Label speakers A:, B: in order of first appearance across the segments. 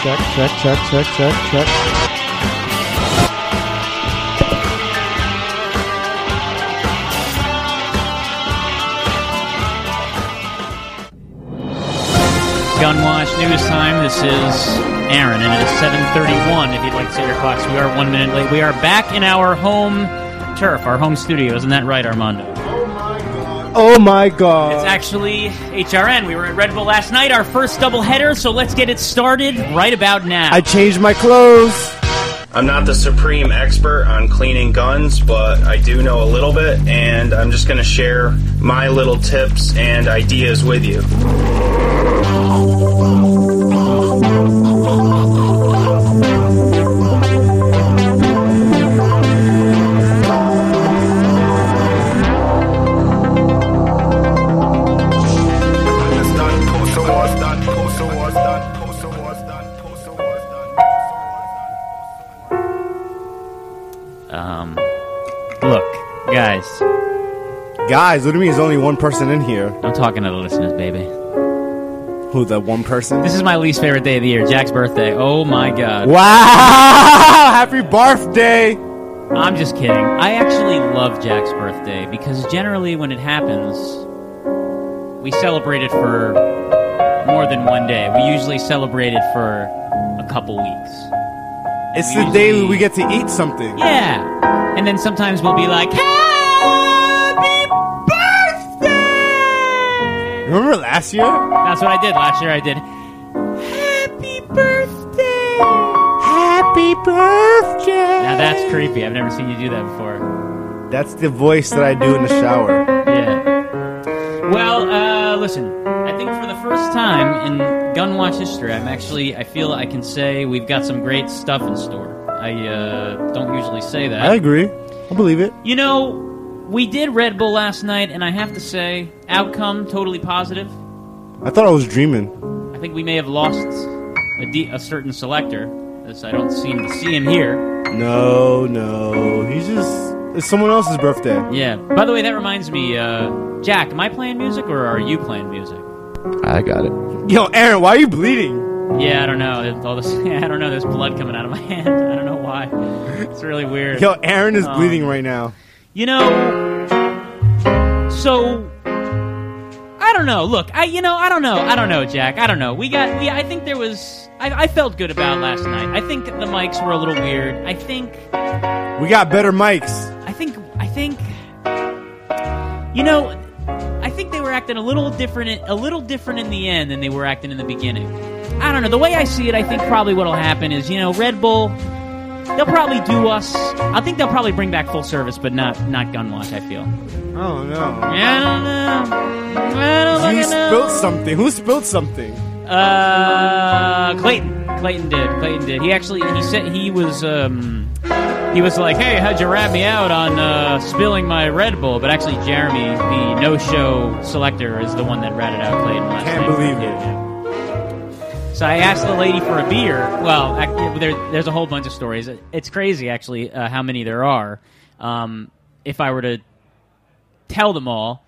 A: check, check, check, check, check, check.
B: Gunwash News Time. This is Aaron, and it is 7:31. If you'd like to set your clocks, we are one minute late. We are back in our home turf, our home studio. Isn't that right, Armando?
A: Oh my god.
B: It's actually HRN. We were at Red Bull last night, our first doubleheader. So let's get it started right about now.
A: I changed my clothes.
C: I'm not the supreme expert on cleaning guns, but I do know a little bit, and I'm just going to share my little tips and ideas with you.
B: um, look, guys,
A: Guys, what do you mean there's only one person in here?
B: I'm talking to the listeners, baby.
A: Who, that one person?
B: This is my least favorite day of the year, Jack's birthday. Oh my god.
A: Wow! Happy birthday!
B: I'm just kidding. I actually love Jack's birthday because generally when it happens, we celebrate it for more than one day. We usually celebrate it for a couple weeks.
A: It's the day we get to eat something.
B: Yeah. And then sometimes we'll be like, Happy birthday!
A: Remember last year?
B: That's what I did last year. I did, Happy birthday!
A: Happy birthday!
B: Now that's creepy. I've never seen you do that before.
A: That's the voice that I do in the shower.
B: Yeah. Well, uh, listen. I think for the first time in Gun Watch history, I'm actually. I feel I can say we've got some great stuff in store. I uh, don't usually say that.
A: I agree. I believe it.
B: You know, we did Red Bull last night, and I have to say, outcome totally positive.
A: I thought I was dreaming.
B: I think we may have lost a, de- a certain selector. This I don't seem to see him here.
A: No, no. He's just. It's someone else's birthday.
B: Yeah. By the way, that reminds me, uh, Jack. Am I playing music or are you playing music?
D: I got it.
A: Yo, Aaron, why are you bleeding?
B: Yeah, I don't know. It's All this, I don't know. There's blood coming out of my hand. I don't know why. It's really weird.
A: Yo, Aaron is
B: Um,
A: bleeding right now.
B: You know, so I don't know. Look, I you know, I don't know. I don't know, Jack. I don't know. We got yeah, I think there was I, I felt good about last night. I think the mics were a little weird. I think
A: We got better mics.
B: I think I think you know, I think they were acting a little different a little different in the end than they were acting in the beginning. I don't know. The way I see it, I think probably what'll happen is, you know, Red Bull they'll probably do us. I think they'll probably bring back full service, but not not Gunwatch, I feel.
A: Oh no.
B: I don't know. I don't
A: You
B: fucking know.
A: spilled something. Who spilled something?
B: Uh, Clayton. Clayton did. Clayton did. He actually he said he was um he was like, hey, how'd you rat me out on uh, spilling my Red Bull? But actually, Jeremy, the no-show selector, is the one that ratted out Clayton last
A: Can't
B: night.
A: believe it.
B: So I asked the lady for a beer. Well, ac- there, there's a whole bunch of stories. It's crazy, actually, uh, how many there are. Um, if I were to tell them all,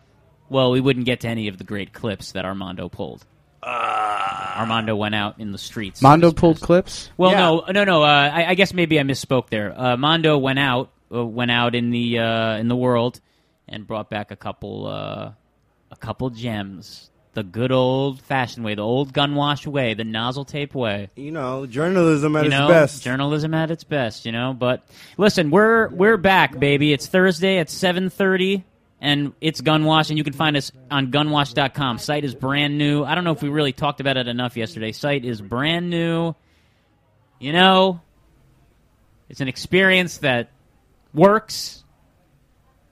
B: well, we wouldn't get to any of the great clips that Armando pulled.
A: Uh,
B: Armando went out in the streets.
D: Mondo pulled clips.
B: Well,
A: Yeah.
B: no, no, no. Uh, I, I guess maybe I misspoke there. Uh, Mondo went out, uh, went out in the uh, in the world, and brought back a couple uh, a couple gems. The good old fashioned way, the old gun wash way, the nozzle tape way.
A: You know, journalism at
B: You
A: its
B: know,
A: best.
B: journalism at its best. You know, but listen, we're we're back, baby. It's Thursday at seven thirty. And it's Gunwash, and you can find us on gunwash.com. Site is brand new. I don't know if we really talked about it enough yesterday. Site is brand new. You know, it's an experience that works.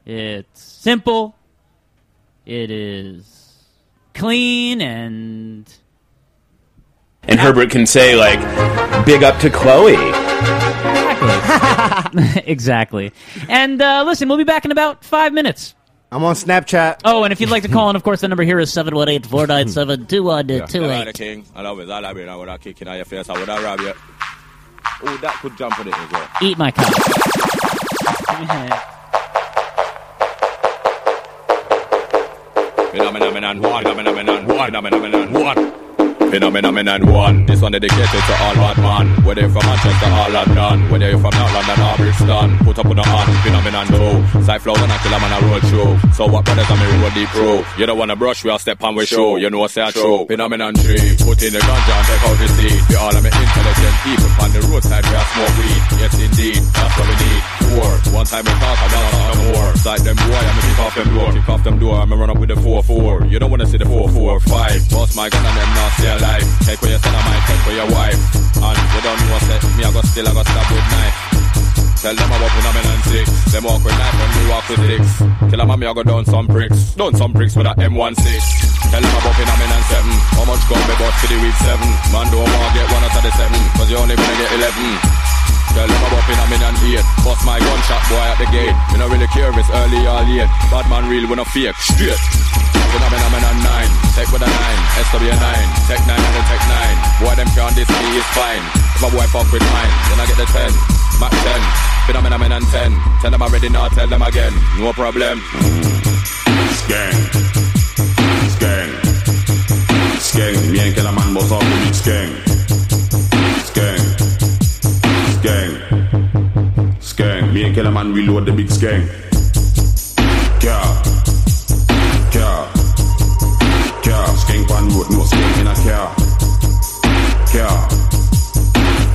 B: It's simple. It is clean and
E: And Herbert can say, like, big up to Chloe.
B: exactly. And uh, listen, we'll be back in about five minutes.
A: I'm on Snapchat.
B: Oh, and if you'd like to call in, of course, the number here is 718 497 2128.
F: King. I love it. I love it. I would have kick in your face. I would have rob you. Oh, that could jump on it as well.
B: Eat my cock.
F: Phenomenon, one, phenomenon, one, phenomenon, one. Phenomenon and one. This one dedicated to all bad man. Whether you're from Manchester or London, whether you're from North London or Brixton, put up on the on. Phenomenon two. Side flow and I kill a man a road show. So what brothers on me road deep row? You don't wanna brush, we all step on with show. You know what's that show? Phenomenon three. Put in the ganja and take out the seed. We all are me intelligent people on the roadside we are smoke weed. Yes indeed, that's what we need. Four. One time we talk, I'm not no more. Side them boy, I'ma kick off them door. Kick off them door, I'ma run up with the four four. You don't wanna see the four four five. Boss my gun and them not stay alive. Take for your son of mine, take for your wife. And you don't know what's set. Me I got still I got stab with knife. Tell them about phenomenon six. Them walk with knife and me walk with sticks. Kill a mommy, I go down some bricks. Down some bricks with a M16. Tell them about phenomenon seven. How much gun me bought for the week seven? Man don't wanna get one out of the seven, cause you only gonna get eleven. Tell them about phenomenon eight. Bust my gunshot boy at the gate. You know really care if it's early or late. Bad man real when I fake. Straight. Phenomenon nine. Tech with a nine. SW nine. Tech nine and a tech nine. Boy them can't this me is fine. If my boy fuck with mine, then I get the ten. Mac ten. Phenomenon ten. Tell them I'm ready now. Tell them again. No problem.
G: Skang. Skang. Skang. Bien que la man vos off the skang. Skang. Skang. Skang. Bien que la man reload the big skang. Car. Car. Car. Skang pan road, no skang in a car. Car.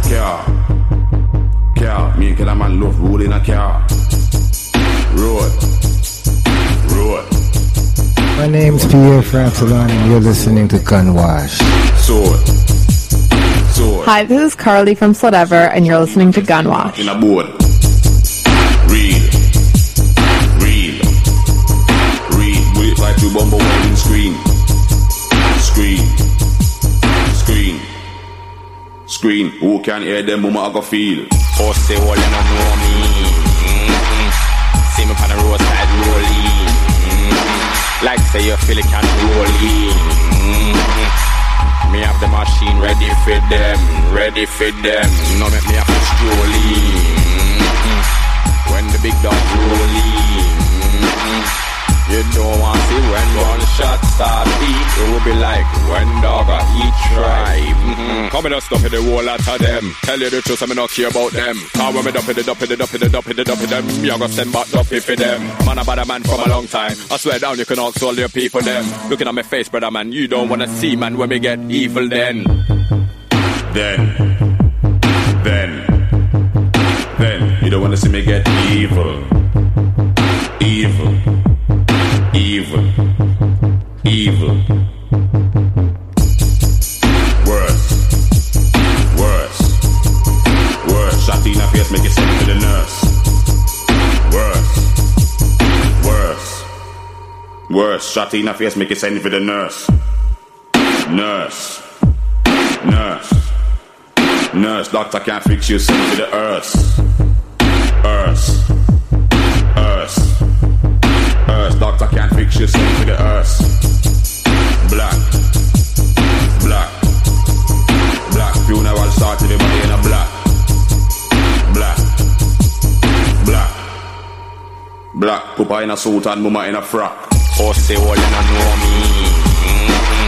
G: Car. Car. Bien que la man love roll in a car. Road. Road.
H: My name's Pierre Francelon, and you're listening to Gunwash.
G: Sword. Sword.
I: Hi, this is Carly from Slidever, and you're listening to Gunwash.
G: In a board. Read. Read. Read. Bullets like two bumble welding screen. Screen. Screen. Screen. Who can hear them? Mama, I go feel.
F: Horse say all you don't know me. Mm-hmm. See me on the roadside rolling. Mm-hmm. Like say you feel it can't roll in. Mm-hmm. Me have the machine ready for them, ready for them. No make me have to stroll in. Mm-hmm. When the big dog roll in. Mm-hmm. You don't want to see when one shot start beat. It will be like when dog a eat tribe. Mm-hmm. Come and just dump in the wall out of them. Tell you the truth, I'm not care about them. Cause when me dump in the dump in the dump in the dump in the dump in them, me a go send back dump it for them. Man, I bad a man from a long time. I swear down, you can all all your people them. Looking at my face, brother man, you don't wanna see man when we get evil then.
G: Then. Then. Then. You don't want to see me get evil. Evil. Evil. Evil. Worse. Worse. Worse. Shot in her face, make it send to the nurse. Worse. Worse. Worse. Shot in her face, make it send for the nurse. Nurse. Nurse. Nurse. Doctor can't fix you, send to the earth. Earth. Earth. Earth. Doctor can't fix you, send to the earth. Black. Black. Black. Funeral start everybody in a black. Black. Black. Black. Papa in a suit and mama in a frock.
F: Horse say all you don't know me. Mm-hmm.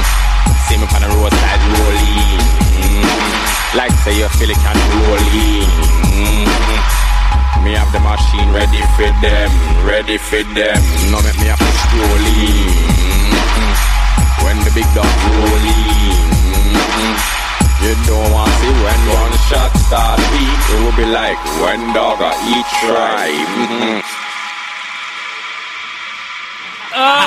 F: See me on the roadside rolling. Mm-hmm. Like say you feel it can't roll in. Mm-hmm. Me have the machine ready for them, ready for them. No make me have to stroll in. Mm-hmm. When the big dog roll in. Mm-hmm. You don't want to see when one shot start beat. It will be like when dog a eat tribe. Mm-hmm.
J: Oh!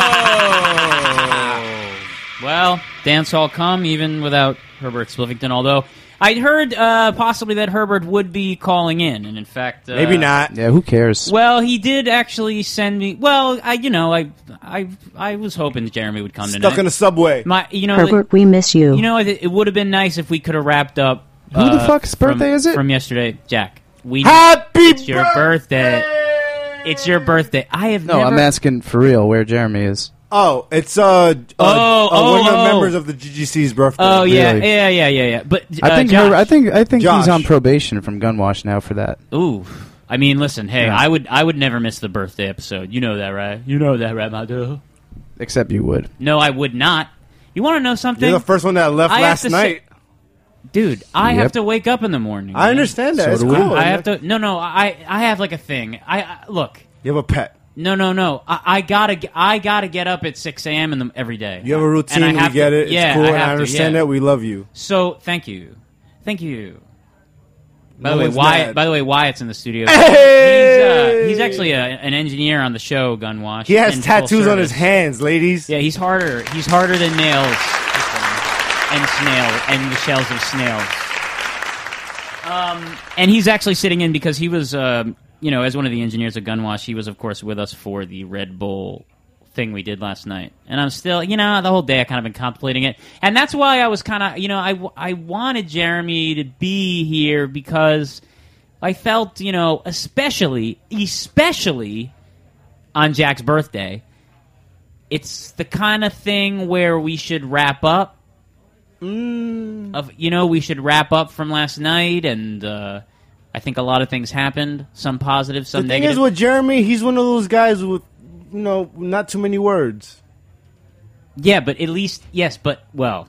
B: Oh. Well, dance hall come even without Herbert Spliffington. Although I heard uh, possibly that Herbert would be calling in, and in fact, uh,
A: Maybe not.
D: Yeah, who cares?
B: Well, he did actually send me. Well, I you know I I I was hoping that Jeremy would come
A: Stuck
B: tonight.
A: in a subway.
B: My you know
K: Herbert, we miss you.
B: the- you know it, it would have been nice if we could have wrapped up. uh,
D: Who the fuck's
B: from-
D: birthday is it?
B: from yesterday, Jack? We
A: Happy
B: it's your birthday. It's your birthday. I have
D: No,
B: never-
D: I'm asking for real where Jeremy is.
A: Oh, it's uh, uh,
B: Oh,
A: uh, one of the
B: oh, oh.
A: members of the GGC's birthday.
B: Oh yeah,
D: Really?
B: yeah, yeah, yeah, yeah. But
D: I
B: uh,
D: think
B: Josh,
D: you're, I think I think
A: Josh.
D: he's on probation from Gunwash now for that.
B: Ooh. I mean, listen, hey,
D: Yeah.
B: I would I would never miss the birthday episode. You know that, right? You know that, right, my dude?
D: Except you would.
B: No, I would not. You want to know something?
A: You're the first one that left
B: I have
A: last
B: to
A: night.
B: say- dude. I
D: Yep.
B: have to wake up in the morning.
A: I
B: man.
A: understand that.
D: So
A: it's
D: do we.
A: cool.
B: I have to. No, no. I I have like a thing. I, I look.
A: You have a pet.
B: No, no, no. I, I gotta, g- I gotta get up at six a.m. in the every day.
A: You have a
B: And
A: routine.
B: I
A: We
B: have
A: get
B: to-
A: it. It's
B: yeah,
A: cool. and
B: have
A: I
B: to,
A: understand
B: yeah.
A: that. We love you.
B: So thank you, thank you. By
A: No
B: the way,
A: one's
B: Wyatt.
A: mad.
B: By the way, Wyatt's in the studio. He's, uh, he's actually a, an engineer on the show Gunwash.
A: He has
B: and full
A: tattoos on
B: service.
A: his hands, ladies.
B: Yeah, he's harder. He's harder than nails and snail and the shells of snails. Um, and he's actually sitting in because he was, um, you know, as one of the engineers at Gunwash, he was of course with us for the Red Bull thing we did last night. And I'm still, you know, the whole day I kind of been contemplating it, and that's why I was kind of, you know, I w- I wanted Jeremy to be here because. I felt, you know, especially, especially on Jack's birthday, it's the kind of thing where we should wrap up.
A: Mm.
B: Of you know, we should wrap up from last night, and uh, I think a lot of things happened. Some positive,
A: The
B: some
A: thing
B: negative.
A: is with Jeremy, he's one of those guys with, you know, not too many words.
B: yeah, but at least yes, but well,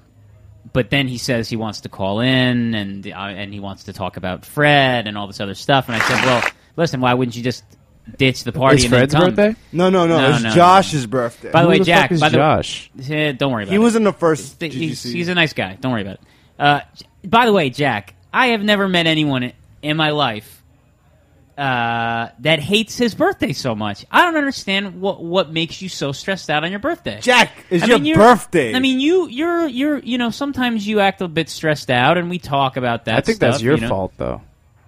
B: but then he says he wants to call in, and uh, and he wants to talk about Fred and all this other stuff. And I said, well, listen, why wouldn't you just ditch the party?
D: It's
B: and then
D: Fred's
B: come?
D: birthday.
A: No, no, no.
B: No,
A: it's
B: no, no.
A: Josh's birthday.
B: By the
D: Who
B: way,
D: the
B: Jack.
D: Fuck is
B: by the
D: Josh.
B: Eh, don't worry about it.
A: he was in the first.
B: Th- he's,
A: GGC.
B: he's a nice guy. Don't worry about it. Uh, j- by the way, Jack, I have never met anyone i- in my life uh, that hates his birthday so much. I don't understand what what makes you so stressed out on your birthday.
A: Jack, it's
B: I
A: your
B: mean, you're-
A: birthday.
B: I mean, you you're you're you know sometimes you act a bit stressed out, and we talk about that.
D: I think that's
B: stuff,
D: your
B: you know?
D: fault, though.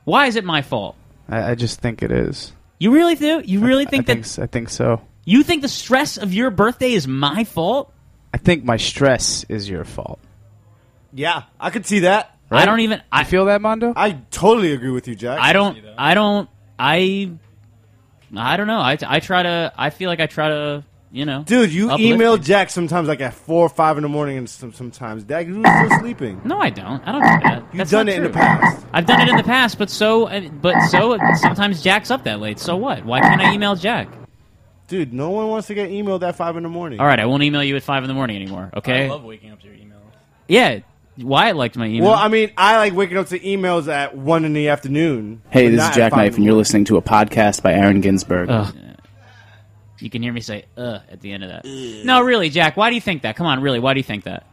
B: Why is it my fault?
D: I, I just think it is.
B: You really do? You really think
D: I
B: that
D: think, s- I think so.
B: you think the stress of your birthday is my fault?
D: I think my stress is your fault.
A: yeah, I could see that.
B: I don't even. I
D: You feel that, Mondo?
A: I totally agree with you, Jack.
B: I don't. I don't. I. I don't know. I, I try to. I feel like I try to. You know,
A: Dude, you
B: uplift
A: email
B: people.
A: Jack sometimes like at four or five in the morning, and some, sometimes Jack you was still sleeping.
B: No, I don't. I don't do that.
A: You've
B: That's
A: done
B: not
A: it in the
B: true.
A: past.
B: I've done it in the past, but so, but so sometimes Jack's up that late. So what? Why can't I email Jack?
A: Dude, no one wants to get emailed at five in the morning.
B: All right, I won't email you at five in the morning anymore. Okay.
K: I love waking up to your email.
B: yeah. Wyatt liked my email.
A: Well, I mean, I like waking up to emails at one in the afternoon.
D: Hey,
A: but
D: this is
A: not at
D: Jack
A: five in
D: Knife,
A: the
D: and you're
A: morning.
D: listening to a podcast by Aaron Ginsberg.
B: Ugh. you can hear me say "uh" at the end of that. No, really, Jack. Why do you think that? Come on, really. Why do you think that?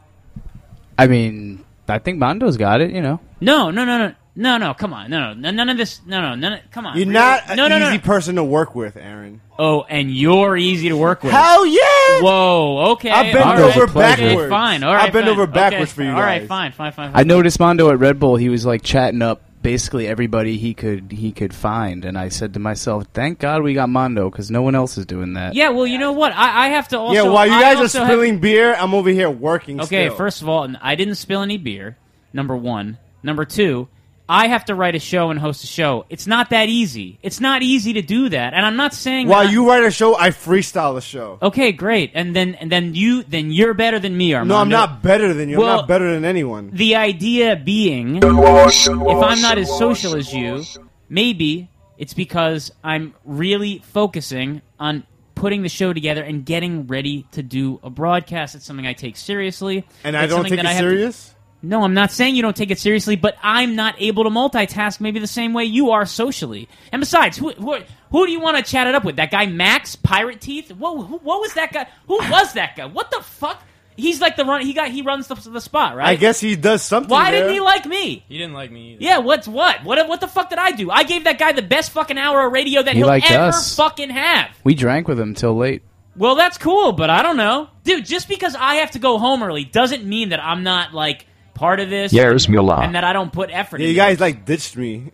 D: I mean, I think Mondo's got it. You know,
B: No, no, no, no, no, no. Come on, no, no, n- none of this. No, no, none. Of, come on,
A: You're
B: really.
A: not an
B: No, no, no,
A: easy
B: no.
A: person to work with, Aaron.
B: Oh, and you're easy to work with.
A: Hell yeah!
B: Whoa. Okay.
A: I bend
B: all
D: over
B: okay,
A: backwards.
B: fine. All
A: I
B: right.
A: bend
B: fine.
A: over
B: Okay,
A: backwards for you
B: All right.
A: guys.
B: Fine. Fine. Fine.
D: I
B: fine.
D: noticed Mondo at Red Bull. He was like chatting up basically everybody he could he could find, and I said to myself, "Thank God we got Mondo because no one else is doing that."
B: Yeah. Well, you know what? I, I have to also.
A: yeah, while you
B: I
A: guys are
B: also have-
A: spilling beer, I'm over here working.
B: Okay.
A: still.
B: First of all, n- I didn't spill any beer. Number one. Number two. I have to write a show and host a show. It's not that easy. It's not easy to do that, and I'm not saying
A: while
B: that I-
A: you write a show, I freestyle a show.
B: Okay, great. And then and then you then you're better than me, Armando.
A: No, I'm not better than you.
B: Well-
A: I'm not better than anyone.
B: The idea being, if I'm not as social as you, maybe it's because I'm really focusing on putting the show together and getting ready to do a broadcast. It's something I take seriously.
A: And I
B: It's
A: don't
B: something
A: take
B: that
A: it
B: have to-
A: serious.
B: no, I'm not saying you don't take it seriously, but I'm not able to multitask maybe the same way you are socially. And besides, who who, who do you want to chat it up with? That guy Max Pirate Teeth? Whoa, who, what was that guy? Who was that guy? What the fuck? He's like the run. He got he runs the, the spot, right?
A: I guess he does something.
B: Why
A: there.
B: didn't he like me?
K: He didn't like me. Either.
B: Yeah, what's what? What what the fuck did I do? I gave that guy the best fucking hour of radio that
D: He
B: will
D: liked
B: ever
D: us.
B: fucking have.
D: we drank with him till late.
B: Well, that's cool, but I don't know, dude. Just because I have to go home early doesn't mean that I'm not like part of this.
J: Years Mula.
B: and that I don't put effort.
A: Yeah,
B: in
A: you guys like ditched me.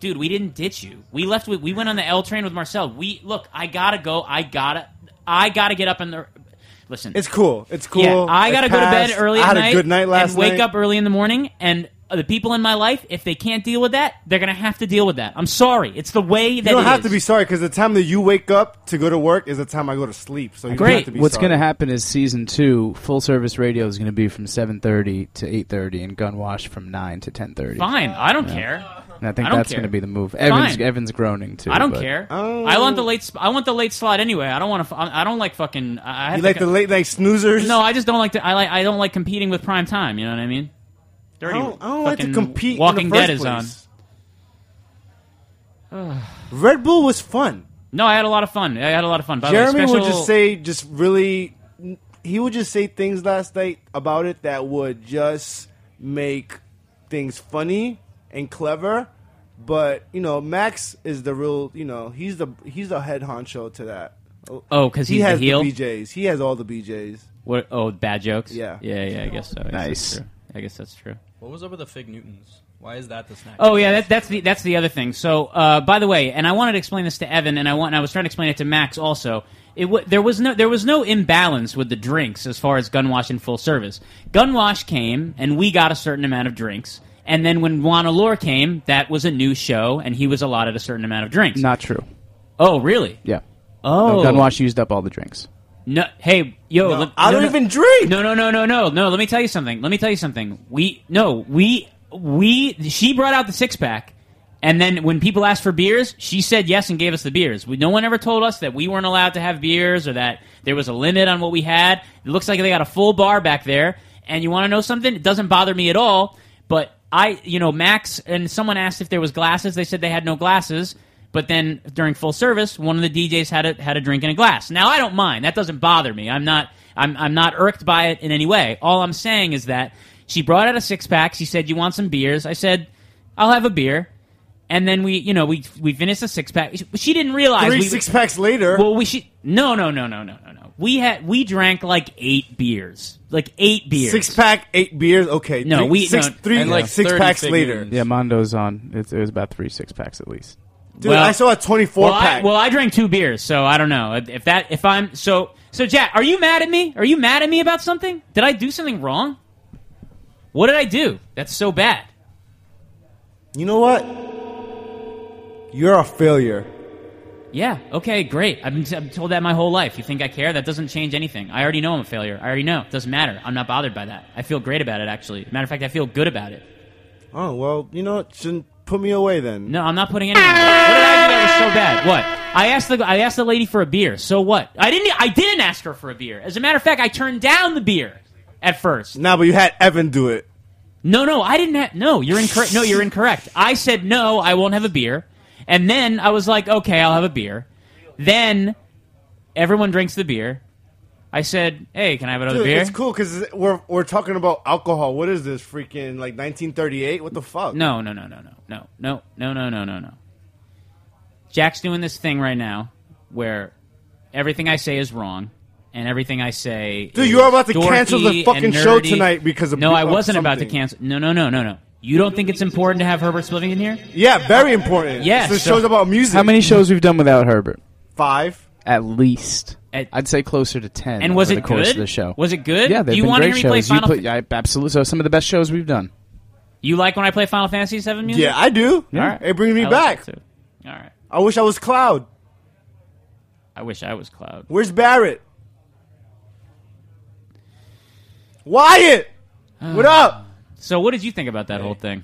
B: dude, we didn't ditch you. We left. With, we went on the L train with Marcel. We look. I gotta go. I gotta. I gotta get up in the. Listen,
A: It's cool. It's cool.
B: Yeah, I
A: It
B: gotta go to bed
A: passed.
B: early.
A: I
B: at
A: had
B: night
A: a good night last
B: and wake
A: night.
B: up early in the morning. And the people in my life, if they can't deal with that, they're gonna have to deal with that. I'm sorry. It's the way that
A: You don't
B: it
A: have
B: is.
A: to be sorry because the time that you wake up to go to work is the time I go to sleep. So you
B: Great.
A: don't have to be
D: What's
A: sorry.
D: going to happen is season two, full service radio is going to be from seven thirty to eight thirty, and Gunwash from nine to ten thirty.
B: fine. I don't care.
D: And I think
B: I don't
D: that's
B: care.
D: going to be the move.
B: Fine.
D: Evan's Evan's groaning too.
B: I don't
D: but-
B: care.
A: Oh.
B: I want the late. Sp- I want the late slot anyway. I don't want to. I I don't like fucking. I I have
A: You
B: to
A: like
B: co-
A: the late night snoozers?
B: No, I just don't like. To, I like. I don't like competing with prime time. You know what I mean? Dirty.
A: I don't, I don't like to
B: fucking
A: compete. in the
B: Walking
A: first
B: Dead is on.
A: place. Red Bull was fun.
B: No, I had a lot of fun. I had a lot of fun. By the way,
A: Jeremy would
B: special-
A: just say, just really, he would just say things last night about it that would just make things funny and clever. But you know, Max is the real. You know, he's the he's the head honcho to that.
B: Oh, 'cause
A: he
B: he's the
A: has
B: heel?
A: BJ's. He has all the BJs.
B: What? Oh, bad jokes.
A: Yeah.
B: Yeah. Yeah. I guess so. I guess that's
A: Nice.
B: true. I guess that's true.
K: What was up with the fig Newtons? Why is that the snack?
B: Oh yeah, that, that's the that's the other thing. So, uh, by the way, and I wanted to explain this to Evan, and I want and I was trying to explain it to Max also. It w- there was no there was no imbalance with the drinks as far as Gunwash and full service. Gunwash came, and we got a certain amount of drinks. And then when Juan Allure came, that was a new show, and he was allotted a certain amount of drinks.
D: Not true.
B: Oh, really?
D: Yeah.
B: Oh.
D: No, Gunwash used up all the drinks.
B: No, hey, yo, let-
A: I
B: no,
A: don't
B: no.
A: even drink.
B: No, no, no, no, no, no. Let me tell you something. Let me tell you something. We no, we we she brought out the six pack, and then when people asked for beers, she said yes and gave us the beers. We, no one ever told us that we weren't allowed to have beers or that there was a limit on what we had. It looks like they got a full bar back there. And you want to know something? It doesn't bother me at all. But I, you know, Max and someone asked if there was glasses. They said they had no glasses. But then during full service, one of the DJs had a had a drink in a glass. Now I don't mind. That doesn't bother me. I'm not I'm I'm not irked by it in any way. All I'm saying is that she brought out a six pack. She said, "You want some beers?" I said, "I'll have a beer." And then we, you know, we we finished the six pack. She- She didn't realize
A: Three
B: we,
A: six packs later.
B: Well, we should no no no no no no no. We had we drank like eight beers, like eight beers.
A: Six pack, eight beers. Okay,
B: No,
A: three,
B: we-
A: six,
B: no.
A: three,
B: And, like,
A: six
B: 30
A: packs
B: fig
A: later.
D: Yeah, Mondo's on. It, it was about three six packs at least.
A: Dude, I saw a twenty-four
B: well, I-
A: pack.
B: well, I drank two beers, so I don't know if that if I'm so so. Jack, are you mad at me? Are you mad at me about something? Did I do something wrong? What did I do? That's so bad.
A: you know what? You're a failure.
B: Yeah. Okay. Great. I've been, I've been told that my whole life. You think I care? That doesn't change anything. I already know I'm a failure. I already know. It doesn't matter. I'm not bothered by that. I feel great about it. Actually, matter of fact, I feel good about it.
A: Oh well, you know, it shouldn't put me away then.
B: No, I'm not putting anything. What did I do that was so bad? What? I asked the I asked the lady for a beer. So what? I didn't I didn't ask her for a beer. As a matter of fact, I turned down the beer at first.
A: Nah, but you had Evan do it.
B: No, no, I didn't have. No, you're incorrect. No, you're incorrect. I said no. I won't have a beer. And then I was like, okay, I'll have a beer. Then everyone drinks the beer. I said, hey, can I have another
A: Dude,
B: beer?
A: It's cool because we're we're talking about alcohol. What is this freaking like 1938? What the fuck?
B: No, no, no, no, no, no, no, no, no, no, no, no. Jack's doing this thing right now where everything I say is wrong. And everything I say,
A: Dude,
B: is
A: you're about to
B: dorky
A: cancel the
B: and
A: fucking show
B: nerdy.
A: tonight because of-
B: no, I
A: of
B: wasn't about to
A: something.
B: cancel. No, no, no, no, no. You don't think it's important to have Herbert Splitting in here?
A: Yeah, very important.
B: Yeah,
A: This
B: so-
A: show's about music.
D: How many shows we've done without Herbert?
A: Five.
D: At least.
B: At-
D: I'd say closer to ten.
B: And was
D: over
B: it
D: the course
B: good?
D: of the show?
B: Was it good?
D: Yeah,
B: Do
D: they've
B: you
D: been
B: wanna
D: great
B: hear me play
D: shows. You
B: Final
D: put- I- absolutely. So some of the best shows we've done.
B: You like when I play Final Fantasy VII music?
A: Yeah, I do.
B: All right.
A: It brings me
D: Uh,
B: I like
A: back.
B: that too. All right.
A: I wish I was Cloud.
B: I wish I was Cloud.
A: Where's Barrett? Wyatt, what up?
B: So, what did you think about that whole thing?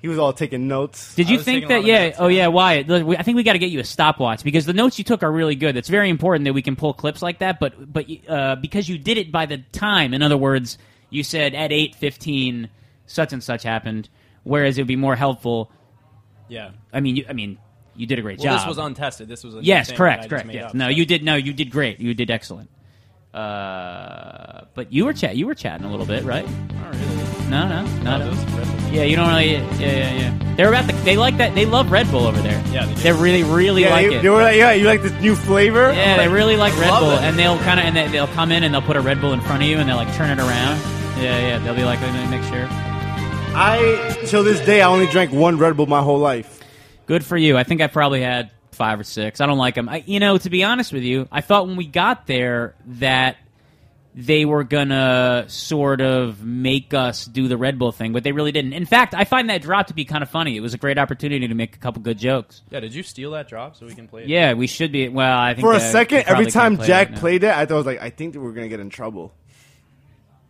A: He was all taking notes.
B: Did you
K: was
B: think
K: taking
B: that?
K: a lot of
B: Yeah.
K: notes,
B: Oh, yeah. Wyatt. look, we- I think we got to get you a stopwatch because the notes you took are really good. It's very important that we can pull clips like that. But, but uh, because you did it by the time, in other words, you said at eight fifteen, such and such happened. Whereas it would be more helpful.
K: Yeah.
B: I mean, you, I mean, you did a great
K: Well,
B: job.
K: this was untested. This was a new
B: Yes,
K: thing that I
B: correct,
K: just
B: correct.
K: made
B: Yes.
K: up,
B: No,
K: so.
B: you did. No, you did great. You did excellent. Uh, but you were chat. You were chatting a little bit, right?
K: Not really.
B: No, no, no.
K: No,
B: no.
K: those ripples.
B: Yeah, you don't really. Yeah, yeah, yeah. They're about the. They like that. They love Red Bull over there.
K: Yeah, they do.
B: they really, really
A: yeah,
B: like
A: you,
B: it.
A: you were like, yeah, you like this new flavor?
B: yeah,
A: I'm
B: they
A: like,
B: really like Red
A: love
B: Bull,
A: it.
B: and they'll kind of and they, they'll come in and they'll put a Red Bull in front of you, and they'll like turn it around. Yeah, yeah. They'll be like, let me make sure.
A: I till this day I only drank one Red Bull my whole life.
B: Good for you. I think I probably had five or six. I don't like them. I, you know, to be honest with you, I thought when we got there that they were gonna sort of make us do the Red Bull thing, but they really didn't. In fact, I find that drop to be kind of funny. It was a great opportunity to make a couple good jokes.
K: Yeah, did you steal that drop so we can play it?
B: Yeah, we should be. Well, I think
A: For a
B: that
A: second,
B: we probably
A: every
B: can't
A: time
B: play
A: Jack
B: right now.
A: played it, I thought I was like, I think that we're gonna get in trouble.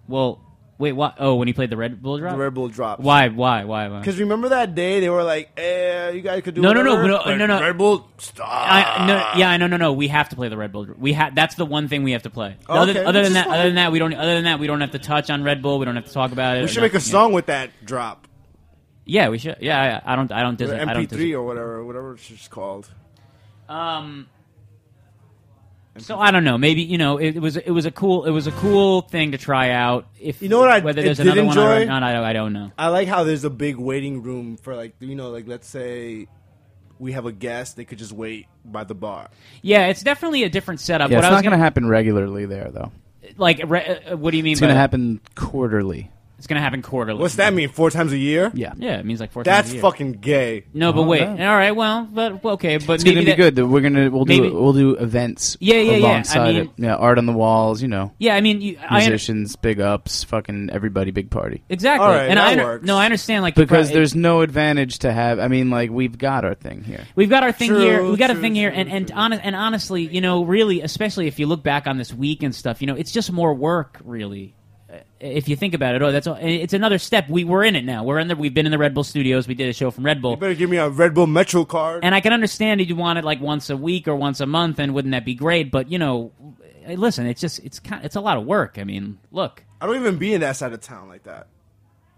B: well, Wait, what? Oh, when he played the Red Bull drop. The
A: Red Bull drop.
B: Why? Why? Why? Why?
A: Because remember that day they were like, eh, you guys could do
B: No, no, no,
A: whatever?"
B: no,
A: Like,
B: no, no.
A: Red Bull, stop.
B: I, no, yeah, I know, no, no. We have to play the Red Bull. We ha- that's the one thing we have to play.
A: Okay,
B: other, other
A: which
B: than
A: is
B: that,
A: fine.
B: other than that, we don't. Other than that, we don't have to touch on Red Bull. We don't have to talk about it.
A: we should make a song with that drop,
B: Yeah, we should. Yeah, I, I don't. I don't. Dis-
A: Or
B: I don't dis-
A: MP3 or whatever, whatever it's just called.
B: Um. So I don't know. Maybe you know it, it was it was a cool it was a cool thing to try out. If you know what I whether
A: it
B: there's
A: did
B: another one or
A: enjoy?
B: not, I, don't- I don't know.
A: I like how there's a big waiting room for like you know like let's say we have a guest they could just wait by the bar.
B: Yeah, it's definitely a different setup.
D: Yeah,
B: Uh, what
D: it's
B: I
D: not
B: was
D: going to happen regularly there, though.
B: gonna, like. Re- uh, what do you mean?
D: It's going
B: by
D: to
B: that?
D: happen quarterly.
B: It's gonna happen quarterly.
A: What's that mean? Four times a year?
D: Yeah.
B: Yeah, it means like four.
A: That's
B: times a year.
A: fucking gay.
B: No, but
D: Oh,
B: wait.
D: yeah.
B: All right. Well, but well, okay. But
D: It's
B: maybe
D: going to be
B: that-
D: good. That we're going to we'll
B: maybe-
D: do we'll do events.
B: Yeah, yeah, yeah. I
D: alongside
B: mean-
D: it. Yeah, art on the walls. You know,
B: Yeah, I mean, you, I under-
D: musicians, big ups, fucking everybody, big party.
B: exactly.
A: All right,
B: and
A: that
B: I under-
A: works.
B: no, I understand. Like the
D: Because
B: pro-
D: there's no advantage to have. I mean, like we've got our thing here.
B: We've got our thing
A: True,
B: here. We got a
A: true,
B: thing here,
A: true,
B: and and, hon- and honestly, you know, really, especially if you look back on this week and stuff, you know, it's just more work, really. Uh, If you think about it, oh, that's all, it's another step. We we're in it now. We're in the. We've been in the Red Bull studios. We did a show from Red
A: You
B: Bull,
A: better give me a Red Bull Metro card.
B: and I can understand if you want it like once a week or once a month, and wouldn't that be great? But you know, eh, listen, it's just it's kind, it's a lot of work. I mean, look,
A: I don't even be in that side of town like that.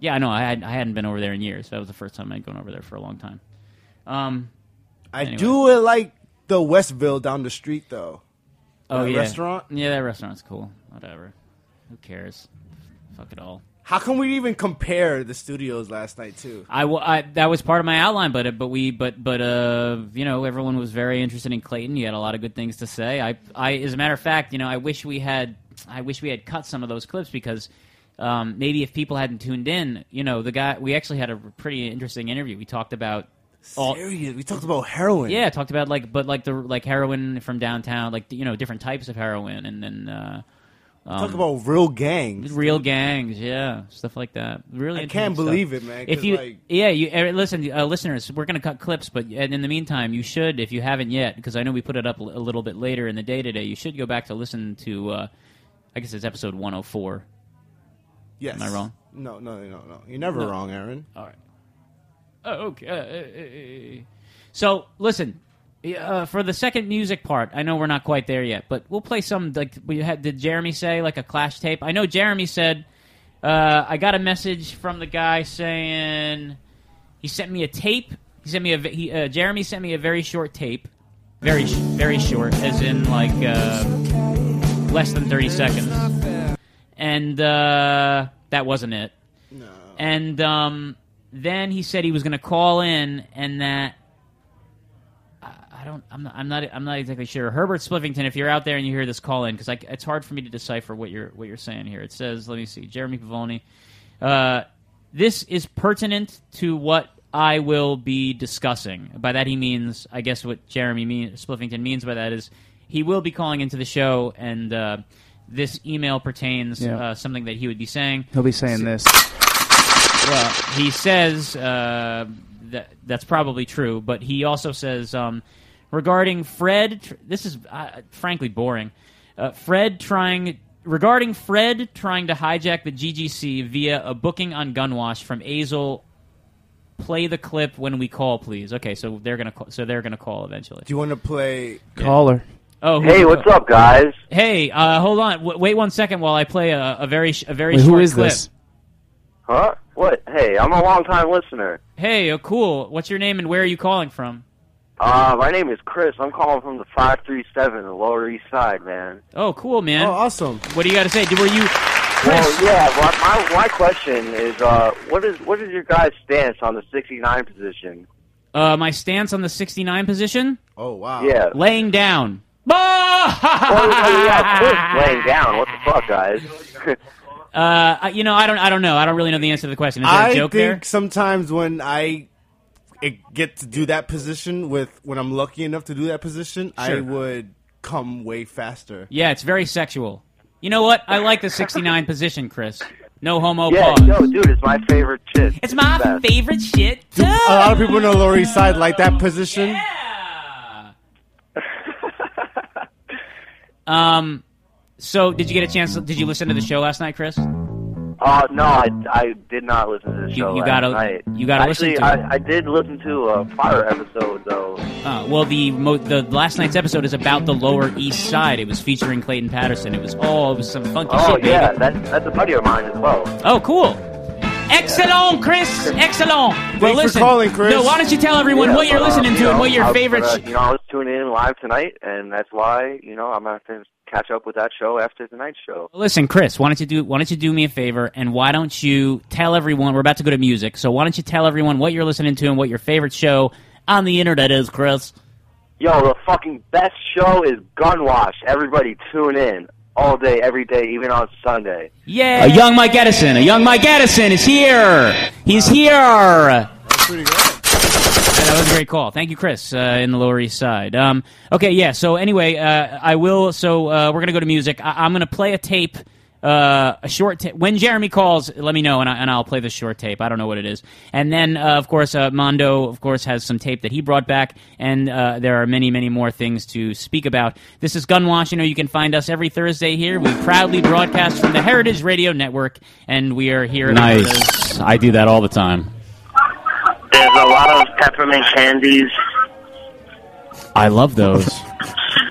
B: yeah, I know. I had, I hadn't been over there in years. That was the first time I'd gone over there for a long time. Um,
A: I
B: Anyway.
A: do it like the Westville down the street though.
B: oh
A: That
B: yeah,
A: restaurant?
B: Yeah, that restaurant's cool. Whatever. Who cares? Fuck it all.
A: How can we even compare the studios last night too?
B: I, wa- I that was part of my outline, but but we but but uh you know everyone was very interested in Clayton. You had a lot of good things to say. I I as a matter of fact, you know I wish we had I wish we had cut some of those clips because um, maybe if people hadn't tuned in, you know the guy we actually had a pretty interesting interview. We talked about all
A: Serious. We talked about heroin.
B: Yeah, talked about like, but like the like heroin from downtown, like you know different types of heroin, and then uh, um,
A: Talk about real gangs.
B: real gangs, yeah, stuff like that. Really,
A: I can't
B: interesting
A: believe
B: stuff.
A: it, man,
B: If
A: 'cause,
B: you,
A: like-
B: yeah, you eh, listen, uh, listeners, we're gonna cut clips, but and in the meantime, you should, if you haven't yet, because I know we put it up l- a little bit later in the day today. You should go back to listen to, uh, I guess it's episode one hundred four.
A: Yes.
B: Am I wrong?
A: No, no, no, no. You're never
B: No.
A: wrong, Aaron.
B: All right. oh, Okay. So listen, uh, for the second music part, I know we're not quite there yet, but we'll play some. Like we had, did Jeremy say like a Clash tape? I know Jeremy said uh, I got a message from the guy saying he sent me a tape. He sent me a. v- He, uh, Jeremy sent me a very short tape, very sh- very short, as in like uh, less than thirty seconds, and uh, that wasn't it. And um, then he said he was going to call in, and that I, I don't. I'm not. I'm not. I'm not exactly sure. Herbert Spliffington, if you're out there and you hear this call in, because it's hard for me to decipher what you're what you're saying here. It says, let me see, Jeremy Pavoni. Uh, this is pertinent to what I will be discussing. By that he means, I guess, what Jeremy mean, Spliffington means by that is he will be calling into the show, and uh, this email pertains
D: Yeah.
B: uh, something that he would be saying.
D: He'll be saying this.
B: Well, he says uh, that that's probably true, but he also says um, regarding Fred. Tr- this is uh, frankly boring. Uh, Fred trying regarding Fred trying to hijack the GGC via a booking on Gunwash from Azel. Play the clip when we call, please. Okay, so they're gonna call, so they're gonna call eventually.
A: Do you want to play?
D: Caller.
B: Oh, who's
J: Hey,
B: the-
J: what's up, guys?
B: Hey, uh, hold on. W- wait one second while I play a, a very sh- a very
D: Wait,
B: short
D: who is
B: clip.
D: this?
J: Huh? What? Hey, I'm a long time listener.
B: Hey, oh, cool. What's your name and where are you calling from?
J: Uh, my name is Chris. I'm calling from the 537 in the Lower East Side, man.
B: Oh, cool, man.
A: Oh, awesome.
B: What do you got to say? Did- Were you
J: Well, yeah, well, my, my question is, uh, what is what is your guys' stance on the 69 position?
B: uh, my stance on the 69 position?
A: Oh wow.
J: Yeah.
B: Laying down.
J: Oh, oh, yeah, Chris laying down. What the fuck, guys?
B: Uh, you know, I don't, I don't know. I don't really know the answer to the question. Is there
A: I
B: a joke
A: think
B: there?
A: sometimes when I it- get to do that position with when I'm lucky enough to do that position, I
B: Sure.
A: would come way faster.
B: Yeah, it's very sexual. You know what? I like the 69 position, Chris. No homo
J: yeah,
B: pause.
J: yo, dude, it's my favorite shit.
B: It's my
J: Best.
B: favorite shit. Too.
A: A lot of people in the Lower East Side like that position.
B: Yeah. um. So, did you get a chance? Did you listen to the show last night, Chris?
J: Uh, no, I, I did not listen to the
B: You-
J: show.
B: you
J: last
B: gotta-
J: night.
B: you gotta listen
J: Actually,
B: to it.
J: I, I did listen to a prior episode though.
B: Uh, well, the mo- the last night's episode is about the Lower East Side. It was featuring Clayton Patterson. It was oh, it was some funky
J: Oh
B: shit, baby.
J: yeah, that, that's a buddy of mine as well.
B: Oh, cool. Excellent, Chris. Excellent. well,
J: for
B: listen.
J: calling, Chris.
B: No, why don't you tell everyone
J: Yeah,
B: what you're
J: but, uh,
B: listening
J: you
B: to and
J: know,
B: what your
J: I was
B: favorite?
J: gonna-
B: sh-
J: you know, I was tuning in live tonight, and that's why you know I'm gonna have to catch up with that show after tonight's show.
B: Listen, Chris. Why don't you do? Why don't you do me a favor and why don't you tell everyone? We're about to go to music, so why don't you tell everyone what you're listening to and what your favorite show on the internet is, Chris?
J: Yo, the fucking best show is Gunwash. Everybody tune in all day, every day, even on Sunday.
B: Yeah. A young Mike Edison. A young Mike Edison is here. He's here. That's
A: pretty
B: good. that was a great call. Thank you, Chris, uh, in the Lower East Side. Um, okay, yeah. So anyway, uh, I will. So uh, we're gonna go to music. I- I'm gonna play a tape. Uh, a short tape. When Jeremy calls, let me know, and, I- and I'll play the short tape. I don't know what it is. And then, uh, of course, uh, Mondo, of course, has some tape that he brought back, and uh, there are many, many more things to speak about. This is Gunwash. You know, you can find us every Thursday here. We proudly broadcast from the Heritage Radio Network, and we are here.
L: Nice. I do that all the time.
J: There's a lot of peppermint candies,
L: I love those.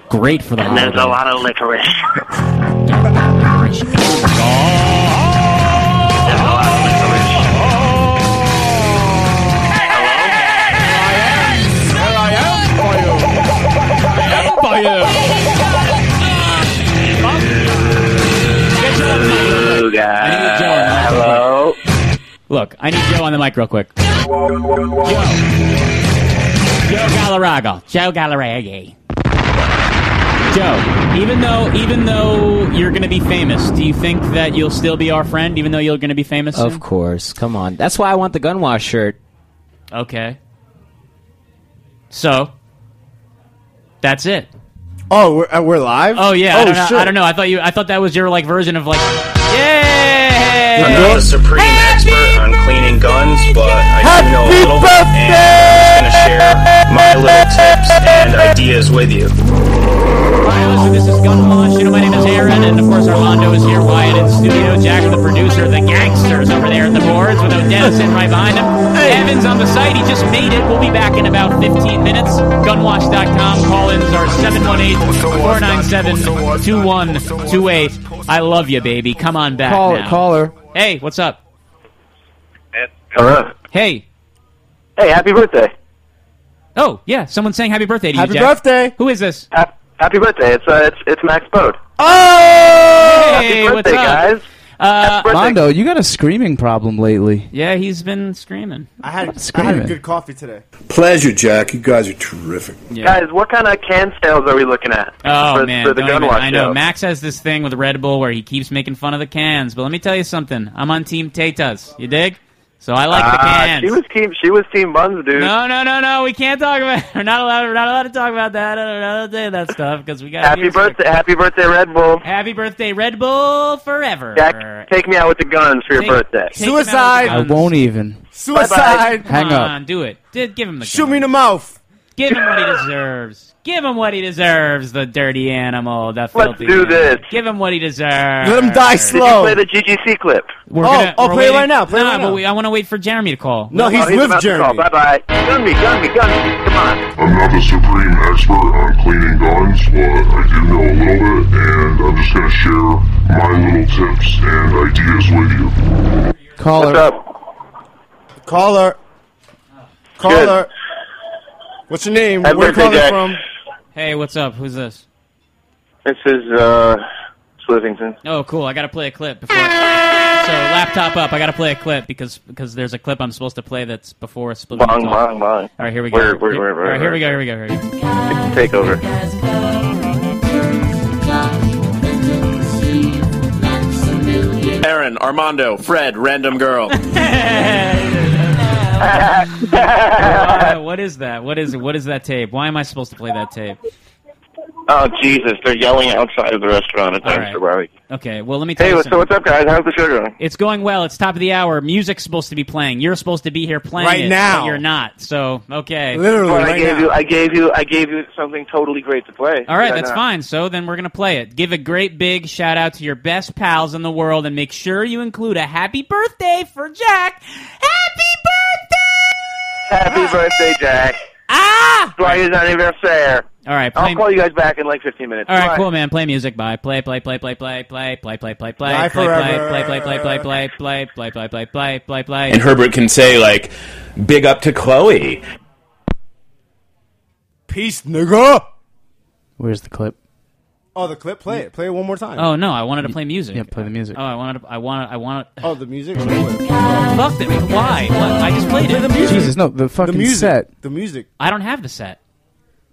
L: Great for the holiday.
J: lot of licorice.
L: Hello. Look, I need Joe on the mic real quick. Joe. Joe Galarraga. Joe Galarraga. Joe,
B: Even though, even though you're going to be famous, do you think that you'll still be our friend, even though you're going to be famous?
M: Of course. Come on. That's why I want the Gunwash shirt.
B: Okay. So, that's it.
A: Oh, we're, uh, we're live.
B: Oh yeah.
A: Oh
B: I don't know.
A: shit.
B: I don't know. I thought you. I thought that was your like version of like. Yay!
C: I'm not the supreme expert on cleaning guns, but I do know a little bit, and I'm just gonna share my little tips and ideas with you.
B: And of course, Armando is here, Wyatt in studio, Jack the producer, the gangsters over there at the boards with Odessa right behind him. Evans on the site, he just made it. We'll be back in about 15 minutes. Gunwash.com. Call ins are 718 497 2128. I love you, baby. Come on back.
D: Call-
B: now.
D: call her.
B: Hey, what's up?
J: Hello.
B: Hey.
J: Hey, happy birthday.
B: Oh, yeah. Someone's saying happy birthday to
J: Happy
B: you. Jack. birthday. Who is this?
J: Happy birthday! It's uh, it's it's Max Bode.
B: Oh! Hey,
J: Happy
B: what's
J: birthday,
B: up?
J: guys.
B: Uh,
D: Mondo, you got a screaming problem lately.
B: Yeah, he's been screaming.
A: I had, I had a
D: Screaming.
A: good coffee today.
N: Pleasure, Jack. You guys are terrific.
J: Guys, what kind of can sales are we looking at
B: Oh
J: for,
B: man,
J: for the
B: don't even-
J: Gunwash
B: I know
J: show?
B: Max has this thing with Red Bull where he keeps making fun of the cans. But let me tell you something. I'm on Team Tatas. You dig? So I like the
J: Ah,
B: cans.
J: She was team. She was team Buns, dude.
B: No, no, no, no. We can't talk about. We're not allowed. We're not allowed to talk about that. We're not allowed to say that stuff because we got.
J: Happy birthday! Happy birthday, Red Bull.
B: Happy birthday, Red Bull, forever.
J: Jack, take me out with the guns for your birthday.
B: take him out with the Suicide.
D: I won't even.
A: Suicide.
B: Come
D: Uh, Hang up.
B: on, do it. Did give him the.
A: Shoot me in the mouth.
B: Give him what he deserves. Give him what he deserves. The dirty animal. The
J: Let's
B: filthy.
J: do
B: animal.
J: this.
B: Give him what he deserves.
J: Did you play the GGC clip.
B: We're gonna,
J: oh,
B: we're waiting- nah, but we, I want to wait for Jeremy to call.
J: No, he's Oh, he's with about to Jeremy. call. Bye-bye. Gun me, gun me, gun me. Come on.
O: I'm not the supreme expert on cleaning guns, but I do know a little bit, and I'm just gonna share my little tips and ideas with you.
D: Caller.
A: What's up? Caller. Caller. What's your name?
J: Happy
A: Where you
J: birthday,
A: calling
J: Jack.
A: from?
B: Hey, what's up? Who's this?
J: This is uh, it's Livington.
B: Oh, cool. I got to play a clip before. So, laptop up. I got to play a clip because because there's a clip I'm supposed to play that's before split.
J: Bong, bong, bong.
B: All right, here we go.
J: Where, where, where,
B: All right, here
J: where,
B: we go. Here we go. Here we go.
J: Take over.
P: Aaron, Armando, Fred, random girl.
B: Uh, what is that? What is what is that tape? Why am I supposed to play that tape?
J: Oh Jesus! They're yelling outside of the restaurant at times for barbecue.
B: Okay, well, let me tell
J: Hey,
B: you
J: what's,
B: something.
J: so what's up, guys? How's the show going?
B: It's going well. It's top of the hour. Music's supposed to be playing. You're supposed to be here playing
J: Right
B: it,
J: now.
B: But you're not. So okay,
J: Well, I gave you, I gave you, I gave you something totally great to play.
B: All right,
J: Why
B: that's
J: not?
B: fine. So then we're gonna play it. Give a great big shout out to your best pals in the world, and make sure you include a happy birthday for Jack.
J: Happy birthday, Jack.
B: Ah!
J: Joyeux anniversaire.
B: All right,
J: I'll
B: play-
J: call you guys back in like 15 minutes.
B: All
J: Bye.
B: right, cool, man. Play music. Bye. Play, play, play, play, play, play, play, play, play, play, play, play, play, play, play, play, play, play, play, play, play, play, play, play.
E: And Herbert can say like, "Big up to Chloe."
A: Peace, nigga.
D: Where's the clip?
A: Oh, the clip. Play it. Play it one more time.
B: Oh no, I wanted to play music.
D: Yeah, play the music.
B: Oh, I wanted. I wanted. I wanted.
A: Oh, the music.
B: Fuck it. Why? What? I just played it.
D: Jesus, no, the fucking
A: music.
D: set.
A: The music.
B: I don't have the set.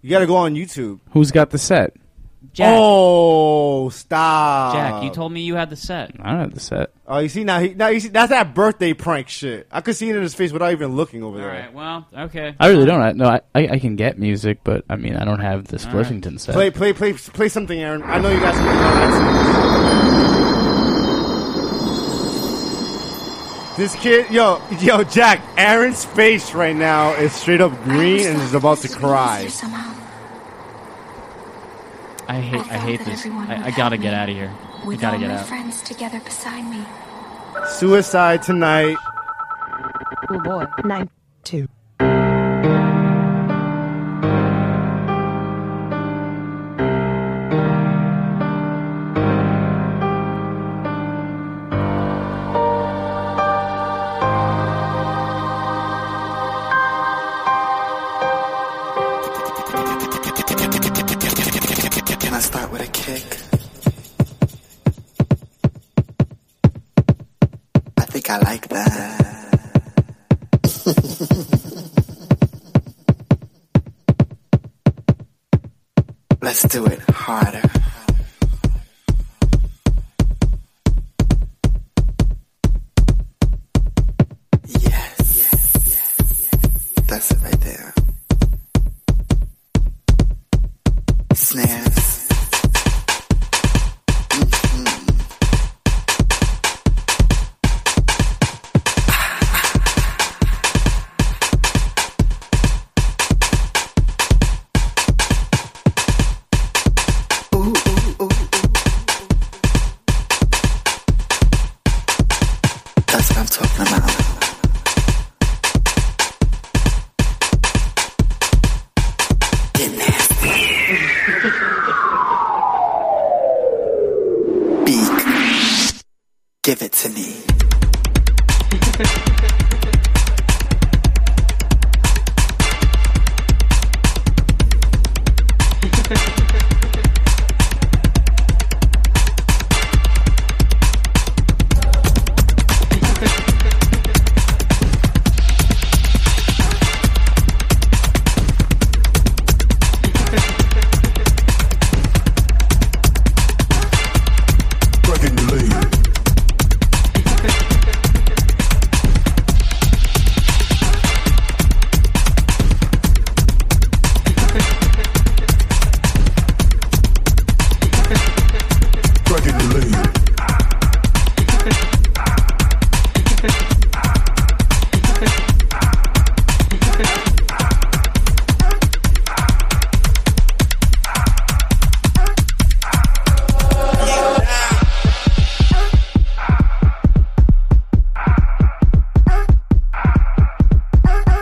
A: You got to go on YouTube.
D: Who's got the set?
B: Jack.
A: Oh, stop,
B: Jack, you told me you had the set.
D: I don't have the set.
A: Oh, you see now. He, now you see that's that birthday prank shit. I could see it in his face without even looking over there. All right.
B: Well, okay.
D: I really don't. I, no, I, I I can get music, but I mean, I don't have the Spliffington set.
A: Play, play, play, play something, Aaron. I know you got something. on that. This kid, yo, yo, Jack. Aaron's face right now is straight up green and is about to cry.
B: I hate. I, hate this. I, I gotta get out of here. I
Q: With
B: gotta
Q: all
B: get
Q: my
B: out.
Q: friends together beside me.
A: Suicide tonight.
Q: Oh boy, nine.
R: Two.
S: Can I start with a kick? I think I like that. Let's do it harder. Yes. That's it right there. Snares. That's what I'm talking about. Get nasty. Beak. Give it to me.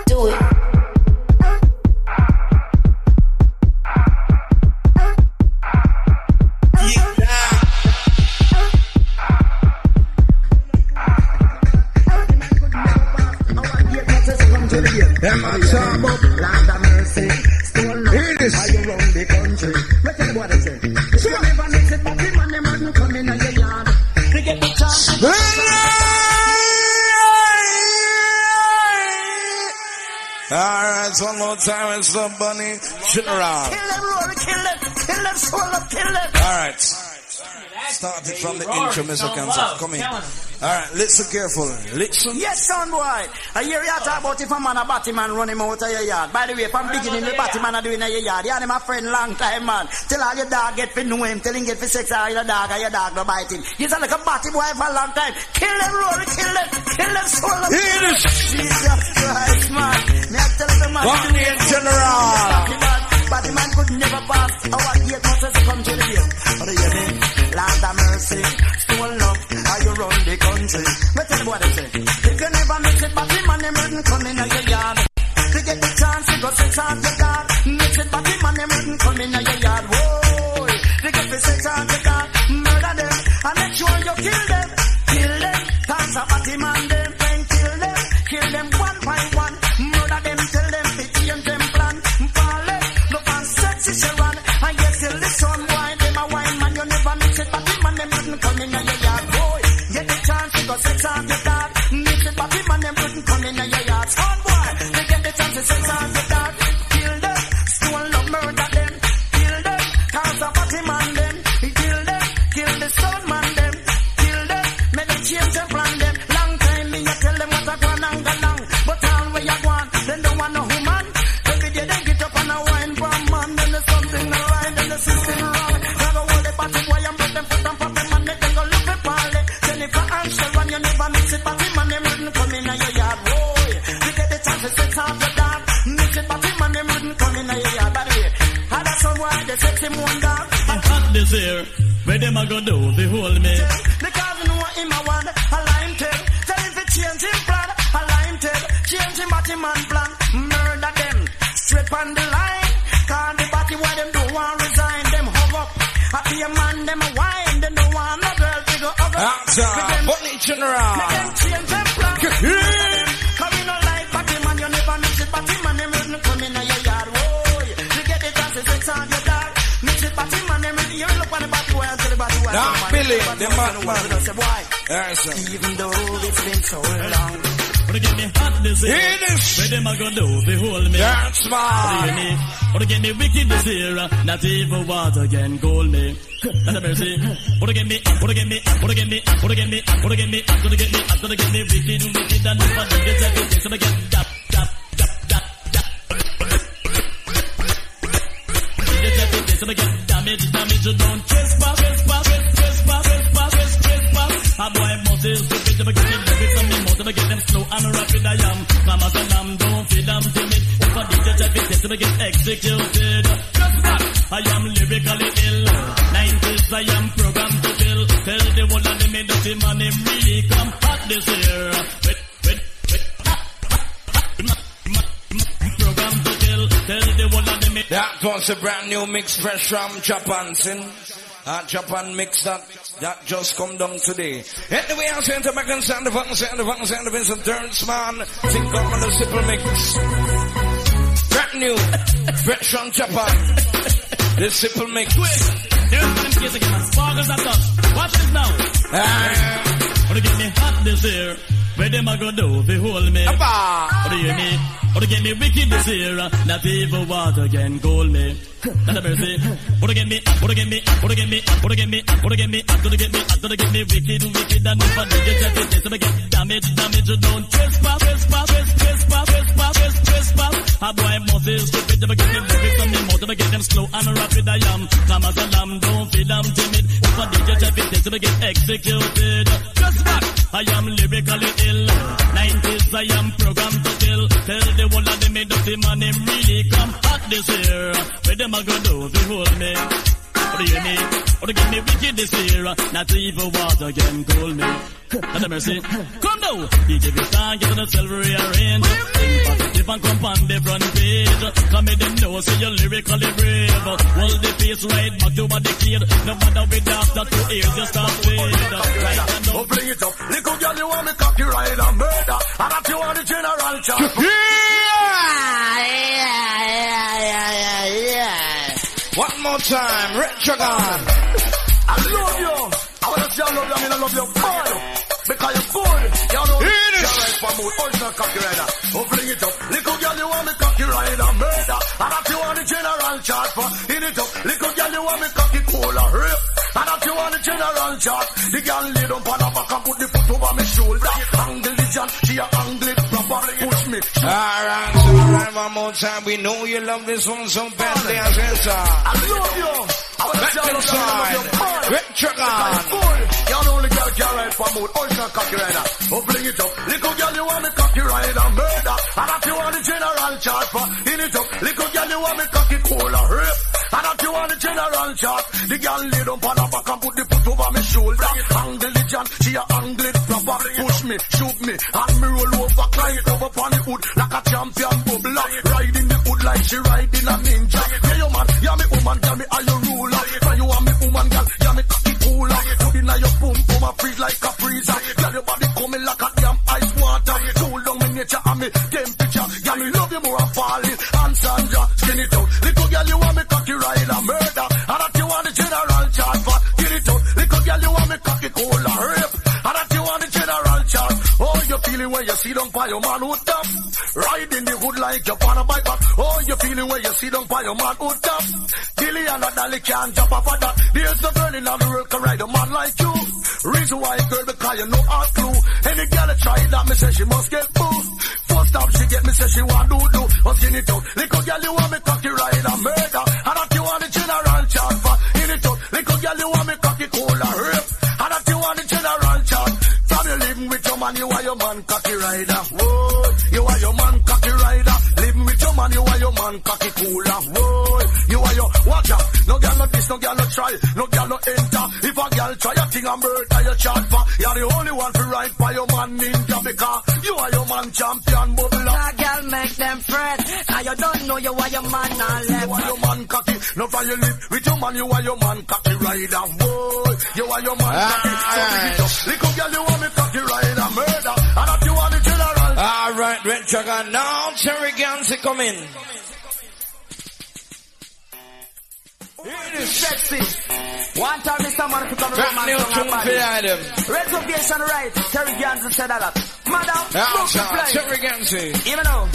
Q: Do it.
R: Am I charm up? Lord have mercy. Stone up. Hear this. All around the country. Let them what I say. She never makes it, but the man, the man who come in on your yard. They get the chance.
T: Alright, so one more time, it's the bunny. Shit around.
R: Kill them, Lord, kill them. Kill them, swallow, kill them.
T: Alright. Started from the
R: Rory,
T: intro, Mr.
R: no
T: Cancer.
R: love.
T: Come here.
R: Tell him.
T: Alright, listen carefully. Listen.
R: Yes, son boy. I hear you talk about if a man a batty man run him out of your yard. By the way, from beginning the batty man a doing in your yard. Yeah, him a friend long time man. Till all your dog get to know him, till him get to sex all your dog and your dog no bite him. He's a like a batty boy for a long time. Kill them, Rory, kill them, kill them, soul them. Kill them. Jesus Christ, man. Me I tell the man.
T: One in general.
R: Batty man could never pass. Our gate must has come to the gate. But you hear me? Lord have mercy. Stole love. How you run the country. Me tell you what I say. You can never make it, but the man them wouldn't come in your yard. You get the chance to go sit on your yard. Make it, but the man them wouldn't come in your yard. Whoa. You get the sit on your yard. Murder them. And make sure you kill them. Kill them. Cause a batty man them. Then kill them. Kill them one by one. Murder them. Tell them to change them plan. Fall in love and sex is your run. And yes, you listen. Wine them a wine man. You never mix it, but the man them wouldn't come in your yard. Boy, get the chance to go sex on your dog. Mix it, but the man them wouldn't come in your yard. Son boy, you get the chance to sex on your dog. Kill them, stone love murder them. Kill them, cause a party man them. Kill them, kill the stone man them. Kill them, make them change them plan them. Long time me you tell them what I want and go long. But all where you want, them don't want no woman. Every day they get up and a wine for a man. Then there's something not right, then there's something wrong. Grab a hold the body boy and put them foot and pop them and they can go look for Polly. Jennifer and Sharon, you never mix it, but him and them wouldn't come in your yard, boy. You get the chance to sex off your dog. Mix it, but him and them wouldn't come in your yard, by the way. And that's some why they sex him one dog.
U: Hot this year, where them a go do? They hold me.
R: Because you know what him a want, a line tell. Tell him to change him plan, a line tell. Change him body man plan, murder them. Straight on the line, call the body why them don't want resign. Them hug up, happy a man, them a wine. Them don't want no girl, they go hug up.
T: That's a
R: Make them-
T: Ah, bunny general.
R: Make them change them plan. Come in no like body man, you never mix it. Body man, them wouldn't come in your yard. Whoa, you get the chance to sex on your dog. Mix it, body man, them you look on the body why until the body why.
T: Now, Billy, the madman.
R: Even though it's been so long.
U: Wanna get me hot this year? Where them a go do? They hold me.
T: Dance man.
U: Wanna get me? Wanna get me wicked this year? Not even water can cool me. That's a mercy. Wanna get me? Wanna get me? Wanna get me? Wanna get me? Wanna get me? I'm gonna get me. I'm gonna get me wicked, wicked, and never did this everything. So I get dap, dap, dap, dap, dap. Did everything. So I get damage, damage. You don't trespass, trespass, trespass, trespass, trespass. A boy must is stupid. If I get me liquid, some me must. If I get them slow and rapid, I am. Mama said, I'm don't feel I'm timid. If I did this everything, so I get executed. Trespass. I am lyrically ill. 90s, I am programmed to kill. Tell the world that they made that him and him really come hot this year. Wait, wait, wait. Program to kill. Tell the world that they made
T: That was a brand new mix fresh from Japan, sin. Uh, Japan mix that, that just come down today. Anyway, I'm saying to Megan Sandy, Fucking Sandy, Fucking Sandy, Vincent Terrence, man. Think of the simple mix. Brand new, fresh from Japan. The simple mix.
U: There's one them kids again, sparkles and dust. Watch this now. Wanna get me hot this year? Where them a go do? They hold me. What do you mean? Wanna get me wicked this year? Not even water can cool me. Not a mercy. Wanna get me? Wanna get me? Wanna get me? Wanna get me? Wanna get me? Wanna get me? Wanna get me wicked, wicked, and if I did it, if it is, I'ma get damage, damage. You don't trespass, trespass, trespass, trespass, trespass, trespass. A boy must is stupid. If I get me liquid, some me must. If I get them slow and rapid, I am. Come as a lamb, don't feel I'm timid. If I did it, if it is, I'ma get executed. Trespass. I am lyrically ill. 90s, I am programmed to kill. Tell the world that they made up the man, him really come hot this year. Where them a go do? They hold me. What do you mean? What do you give me wicked this year? Not even water can cool me. Not a mercy. Come now. You give your song, get on the silver rearrange. Think positive and come on the front page. Come in them know, say you're lyrically brave. Hold the face right back to what they kid. No matter with after two ears, you start fade. Right and
R: Oh, bring it up. Little girl, you want me copyright and murder. And that you want the general charge.
T: One more time, Retrogon.
R: I love you. I want to see I love you. I mean, I love you. Boy. Because you're good. You know, it is. You're right for me. Original copyright. Oh, bring it up. Little girl, you want me copyright and murder. And that you want the general charge for. In it up. Little girl, you want me cocky cola. Rip.
E: And that you want the general chat. The girl lay down on her back and put the foot over my shoulder. Angle the jam, she a angle it proper. Push me.
T: Alright, so alright, one more time. We know you love this one so badly. I said, sir. I
E: love you. I wanna
T: Let
E: tell
T: them
E: you that I love
T: sign.
E: you. boy.
T: Red trigger on.
E: Y'all only girl can ride for mood. Oh, it's a cocky rider. Oh, bring it up. Little girl, you want me cocky rider. Murder. And that you want the general charge for. In it up. Little girl, you want me cocky cooler. Rip. And that you want the general charge. The girl lay down on her back and put the foot over my shoulder. Angle it, John. She a angle it proper. Push me, shoot me. And me roll over. Cry it over on the hood like a champion bubble. Ride in the hood like she ride in a ninja. Yeah, you man. Yeah, me woman. Yeah, me are your ruler. Yeah, you are me woman, girl. Yeah, me cocky cooler. Put in your boom boom, I freeze like a freezer. Girl, your body coming like a damn ice water. Cool down me nature and me temperature. Girl, me love you more and falling. And Sandra, skin it out. Little girl, you want me cocky rider, murder. And that you want the general charge, but get it out. Little girl, you want me cocky cooler, rape. And that you want the general charge. Oh, you feeling when you see them by your man hood up. Ride in the hood like you on a bike back. Oh, you feeling when you see them by your man hood up. Dilly and a dolly can't jump off of that. There's no girl in the world can ride a man like you. Reason why girl because you know our clue. Any girl that try that me say she must get boo. First off she get me say she want do do. But in it out, little girl you want me cocky ride a murder. And that you want the general charge for. In it out, little girl you want me cocky cool and rape. And that you want the general charge. From you living with your man, you are your man cocky rider. Whoa, you are your man cocky rider. Living with your man, you are your man cocky cooler. Whoa, you are your watch out. No girl no this, no girl no try, no girl no enter. If a girl try a thing and murder your chant for, you're the only one to ride by your man ninja because you are your man champion bubble up.
R: Nah, girl, make them fret. Now you don't know you are your man and
E: You are your man cocky, no violin. With your man, you are your man cocky rider. Boy, you are your man cocky. So pick it up. Little girl, you want me cocky rider murder. And that you want the general.
T: Alright, Red Trigger. Now, Cherry Gansy come in.
E: It is sexy. One time, Mr. Man, put on the
T: Fat new tune for you, Adam.
R: Reservation right. Terry Gans said a lot. Madam,
T: Now,
R: book the flight.
T: Cherry Gansy.
R: Even now.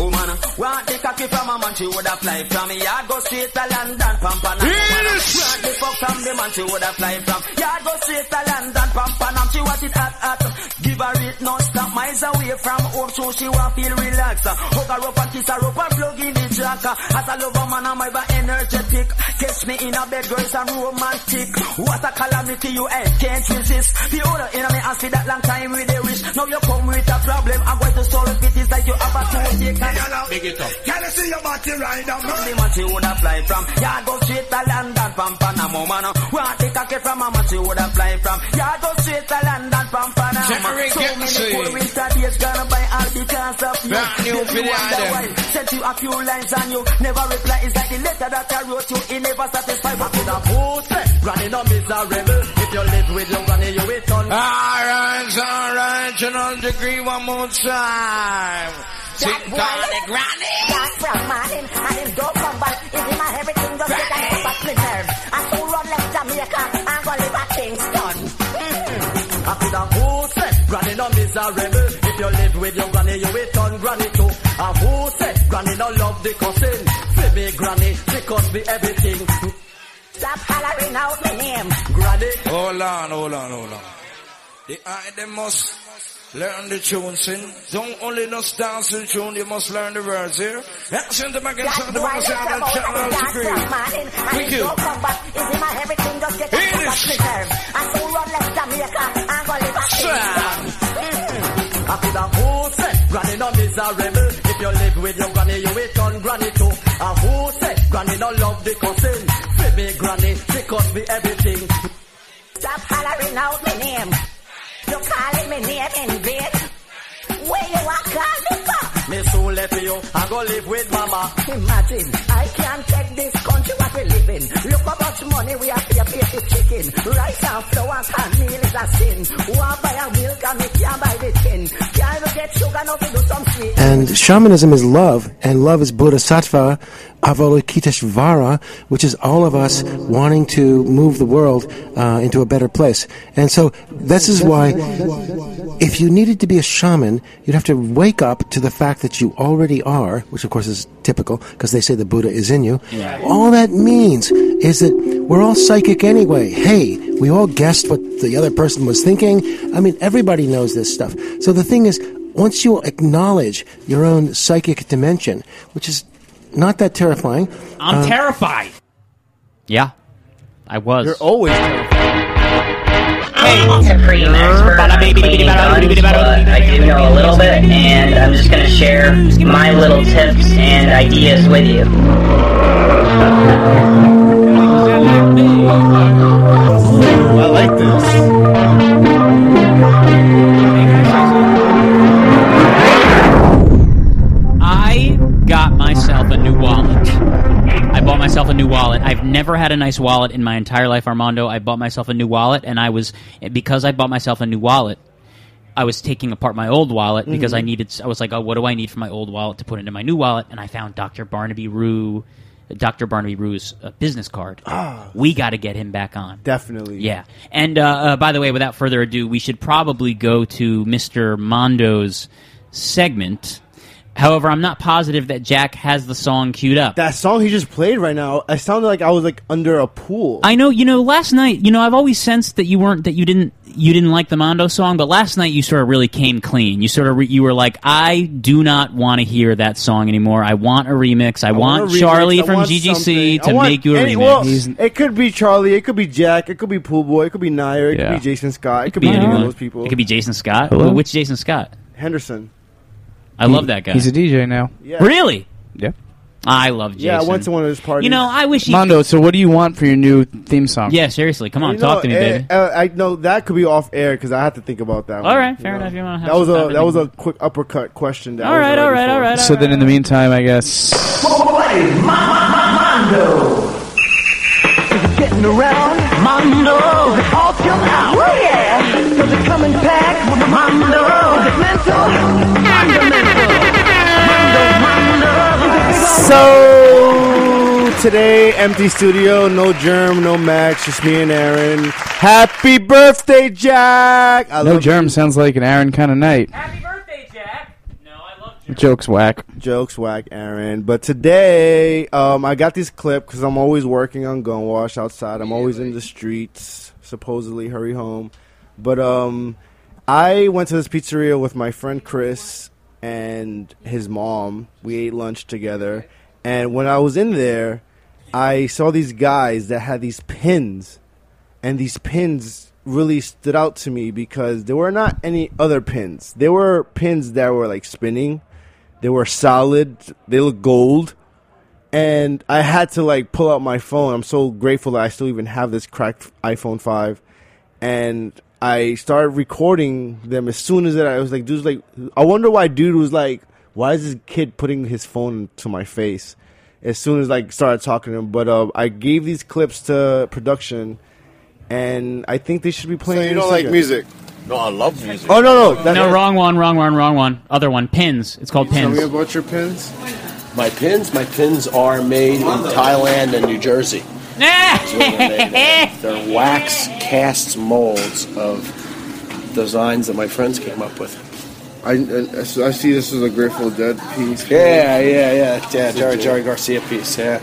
R: Woman, want the cocky from a man, she would apply from me. I go straight to London, Pampanam. Woman, want the fuck from the man, she would apply from. Yeah, I go straight to London, Pampanam. She want it hot, hot. Give her it non-stop. Miles away from home, so she want feel relaxed. Hug her up and kiss her up and plug in the jack. As a lover man, I'm ever energetic. Catch me in a bed, girls, I'm romantic. What a calamity you had, can't resist. The older in me, I see that long time with the wish. Now you come with a problem, I'm going to solve it. It's like you have a toothache. Big it up.
E: Can I see your body rider
R: Only man she woulda fly from. Yeah, go straight to London from Panama, man. Where take a kid from a man she woulda fly from. Yeah, go straight to London from Panama.
T: Jerry
R: So
T: Gibson.
R: many poor winter days gonna buy all because of you.
T: Brand new
R: Then you
T: video
R: wonder
T: item.
R: why. Sent you a few lines and you never reply. It's like the letter that I wrote you. It never satisfied. But with a pussy, granny no miserable. If you live with your granny, you will turn.
T: Ah, Alright, alright, general degree one more time. Sit down and grind it.
O: Back from my in, and in go from back. Is in my everything just get and pop a preserve. I soon run left Jamaica and go live at Kingston.
R: I could have Mm-hmm. who said granny no miserable. If you live with your granny, you will turn granny too. And who said granny no love the cousin? Baby granny, she cost me everything.
O: Stop hollering out my name.
R: Granny,
T: Hold on, hold on, hold on. The item must learn the tunes in. Don't only just dance the tune, you must learn the words here. That's in the magazine, the one sound of general degree. Thank you. It is.
R: I could have who said granny no miserable. If you live with your granny, you will turn granny too. And who said granny no love the cousin? Baby granny, she cost me everything.
O: Stop hollering out my name. You calling my name in vain. Where you are calling for?
R: Me soon left you, I go live with mama.
O: Imagine, I can't take this country what we live in. Look how much money we have to pay to chicken. Rice and flour and cornmeal is a sin. One buy a milk and we can't buy the tin. Can't even get sugar now to do some sweet.
V: And shamanism is love, and love is bodhisattva avalokiteshvara, which is all of us wanting to move the world uh, into a better place. And so this is why, if you needed to be a shaman, you'd have to wake up to the fact that you already are, which of course is typical because they say the Buddha is in you.
W: Yeah.
V: All that means is that we're all psychic anyway. Hey, we all guessed what the other person was thinking. I mean, everybody knows this stuff. So the thing is, once you acknowledge your own psychic dimension, which is not that terrifying.
B: I'm
V: um,
B: terrified. Yeah, I was. You're
A: always
G: I'm supreme expert on cleaning guns, but I do know a little bit, and I'm just going to share my little tips and ideas with you.
A: I like this.
B: I got myself a new wallet. I bought myself a new wallet. I've never had a nice wallet in my entire life, Armando. I bought myself a new wallet, and I was because I bought myself a new wallet. I was taking apart my old wallet because
L: Mhm.
B: I needed. I was like, oh, what do I need for my old wallet to put into my new wallet? And I found Dr. Barnaby Rue, Dr. Barnaby Rue's uh, business card.
A: Ah.
B: we got to get him back on.
A: Definitely.
B: Yeah. And uh, uh, by the way, without further ado, we should probably go to Mr. Mondo's segment. However, I'm not positive that Jack has the song queued up.
A: That song he just played right now, I sounded like I was like under a pool.
B: I know, you know, last night, you know, I've always sensed that you weren't that you didn't you didn't like the Mondo song, but last night you sort of really came clean. You sort of re- you were like, "I do not want to hear that song anymore. I want a remix. I, want,
A: a remix.
B: Charlie
A: I
B: from
A: want
B: GGC
A: something. I
B: to
A: want
B: make you a
A: any-
B: remix."
A: well, it could be Charlie, it could be Jack, it could be Pool Boy, it could be Nair, it
B: Yeah.
A: could be Jason Scott, it, could
B: be
A: be any of
B: anyone.
A: those people.
B: It could be Jason Scott.
A: Hello?
B: Wh- Which Jason Scott?
A: Henderson.
B: I love that guy.
D: He's a DJ now.
A: Yeah.
B: Really?
D: Yeah.
B: I love Jason.
A: Yeah, I went to one of his parties.
B: You know, I wish he
D: Mondo, so what do you want for your new theme song?
B: Yeah, seriously. Come on,
A: You
B: talk to
A: know,
B: me,
A: eh,
B: baby.
A: eh, I know that could be off air because I have to think about that. All right,
B: All right, fair enough. You wanna have
A: that was
B: some time
A: a
B: to
A: that
B: think
A: was a quick uppercut question. That I
B: All
A: wasn't
B: right, all
A: ready
B: right,
A: for.
B: all right.
D: So then in the meantime, I guess.
R: Mondo. Getting around Mondo. All till now. Oh yeah. Cause they're coming back with the Mondo. Mental. Mondo, mental. Mondo, Mondo.
A: So today, empty studio, no germ, no Max, just me and Aaron. Happy birthday, Jack! I
D: no
A: love
D: germ sounds like an Aaron kind of night. Jokes whack.
A: Jokes whack, Aaron. But today, um, I got this clip because I'm always working on gun wash outside. I'm always in the streets, supposedly hurry home. But um, I went to this pizzeria with my friend Chris and his mom. We ate lunch together, and when I was in there, I saw these guys that had these pins, and these pins really stood out to me because there were not any other pins. There were pins that were like spinning. They were solid. They looked gold. And I had to like pull out my phone. I'm so grateful that I still even have this cracked iPhone 5. And I started recording them as soon as that I was like, dude's like, I wonder why dude was like, why is this kid putting his phone to my face? As soon as I started talking to him. But uh, I gave these clips to production. And I think they should be playing. this second.
I: No, I love music.
A: Oh, no, no.
B: no, wrong one, wrong one, wrong one. Other one. Pins. It's called pins.
A: about your pins.
I: My pins, my pins are made in Thailand and New Jersey. That's where they're made at. They're wax casts molds of designs that my friends came up with.
X: I, I, I see this as a Grateful Dead piece.
I: Yeah, yeah, yeah, yeah. Jerry Jerry Garcia piece. Yeah,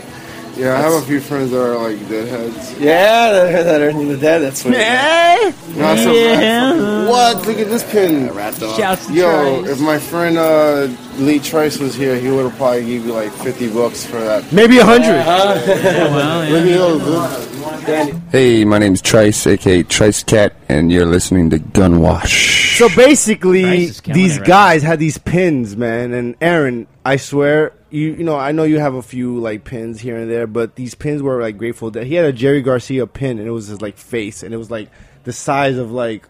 X: Yeah, I have a few friends that are like deadheads.
I: yeah. That are, that are into that. That's what.
X: Not so
I: Yeah.
X: bad. What? Look at this pin.
I: dog.
X: Yo,
I: Shouts to Trice.
X: if my friend uh, Lee Trice was here, he would have probably give you like 50 bucks for that.
A: Maybe 100.
X: Look at those.
Y: Hey, my name's Trice, aka Trice Cat, and you're listening to Gun Wash.
A: So basically,
Y: killing
A: these
Y: it right
A: guys had these pins, man. And Aaron, I swear, you you know, I know you have a few like pins here and there, but these pins were like Grateful Dead. He had a Jerry Garcia pin, and it was his like face, and it was like the size of like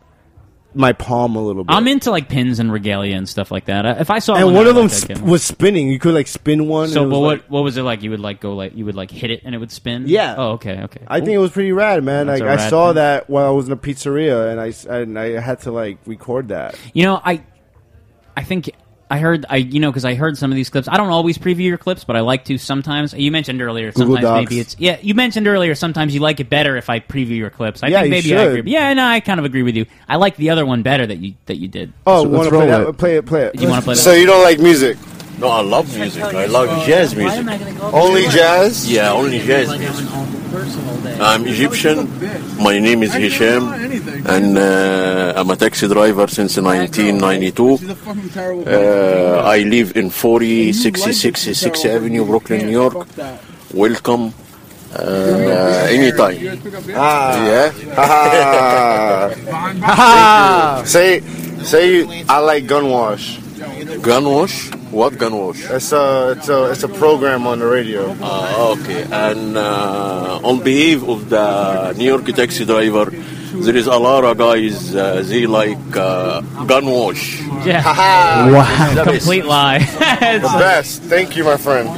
A: my palm a little bit.
B: I'm into like pins and regalia and stuff like that. I- If I saw
A: and one
B: I
A: of them
B: would like
A: sp-
B: it.
A: was spinning. You could like spin one.
B: So,
A: and it
B: but
A: was,
B: what
A: like-
B: what was it like? You would like go like you would like hit it and it would spin.
A: Yeah.
B: Oh, okay, okay.
A: I think it was pretty rad, man.
B: That's
A: Like
B: a
A: I
B: rad
A: saw
B: pin.
A: that while I was in a pizzeria, and I s- and I had to like record that.
B: You know, I I think I heard I you know because I heard some of these clips. I don't always preview your clips, but I like to sometimes. You mentioned earlier
A: Google
B: sometimes
A: Docs.
B: maybe it's yeah. You mentioned earlier sometimes you like it better if I preview your clips. I
A: Yeah,
B: think
A: you
B: maybe I
A: should.
B: agree. Yeah, no, I kind of agree with you. I like the other one better that you that you did.
A: Oh, want to play Oh, that? Play it. Play it.
B: You wanna play that?
X: So you don't like music?
C: No, I love music. I love jazz music. Only jazz? Yeah, only jazz music. I'm Egyptian. My name is Hisham, and uh, I'm a taxi driver since 1992. Uh, I live in 40, 66 Avenue, Brooklyn, New York. Welcome uh, anytime.
X: Ah. Ah.
C: Yeah. say, say you, I like Gunwash. Gunwash? What Gunwash?
X: It's a, it's a, it's a program on the radio.
C: Ah, okay. And uh, on behalf of the New York taxi driver, there is a lot of guys uh, they like uh, Gunwash.
B: Yeah.
C: Wow.
B: It's a Complete lie.
X: the best. Thank you, my friend.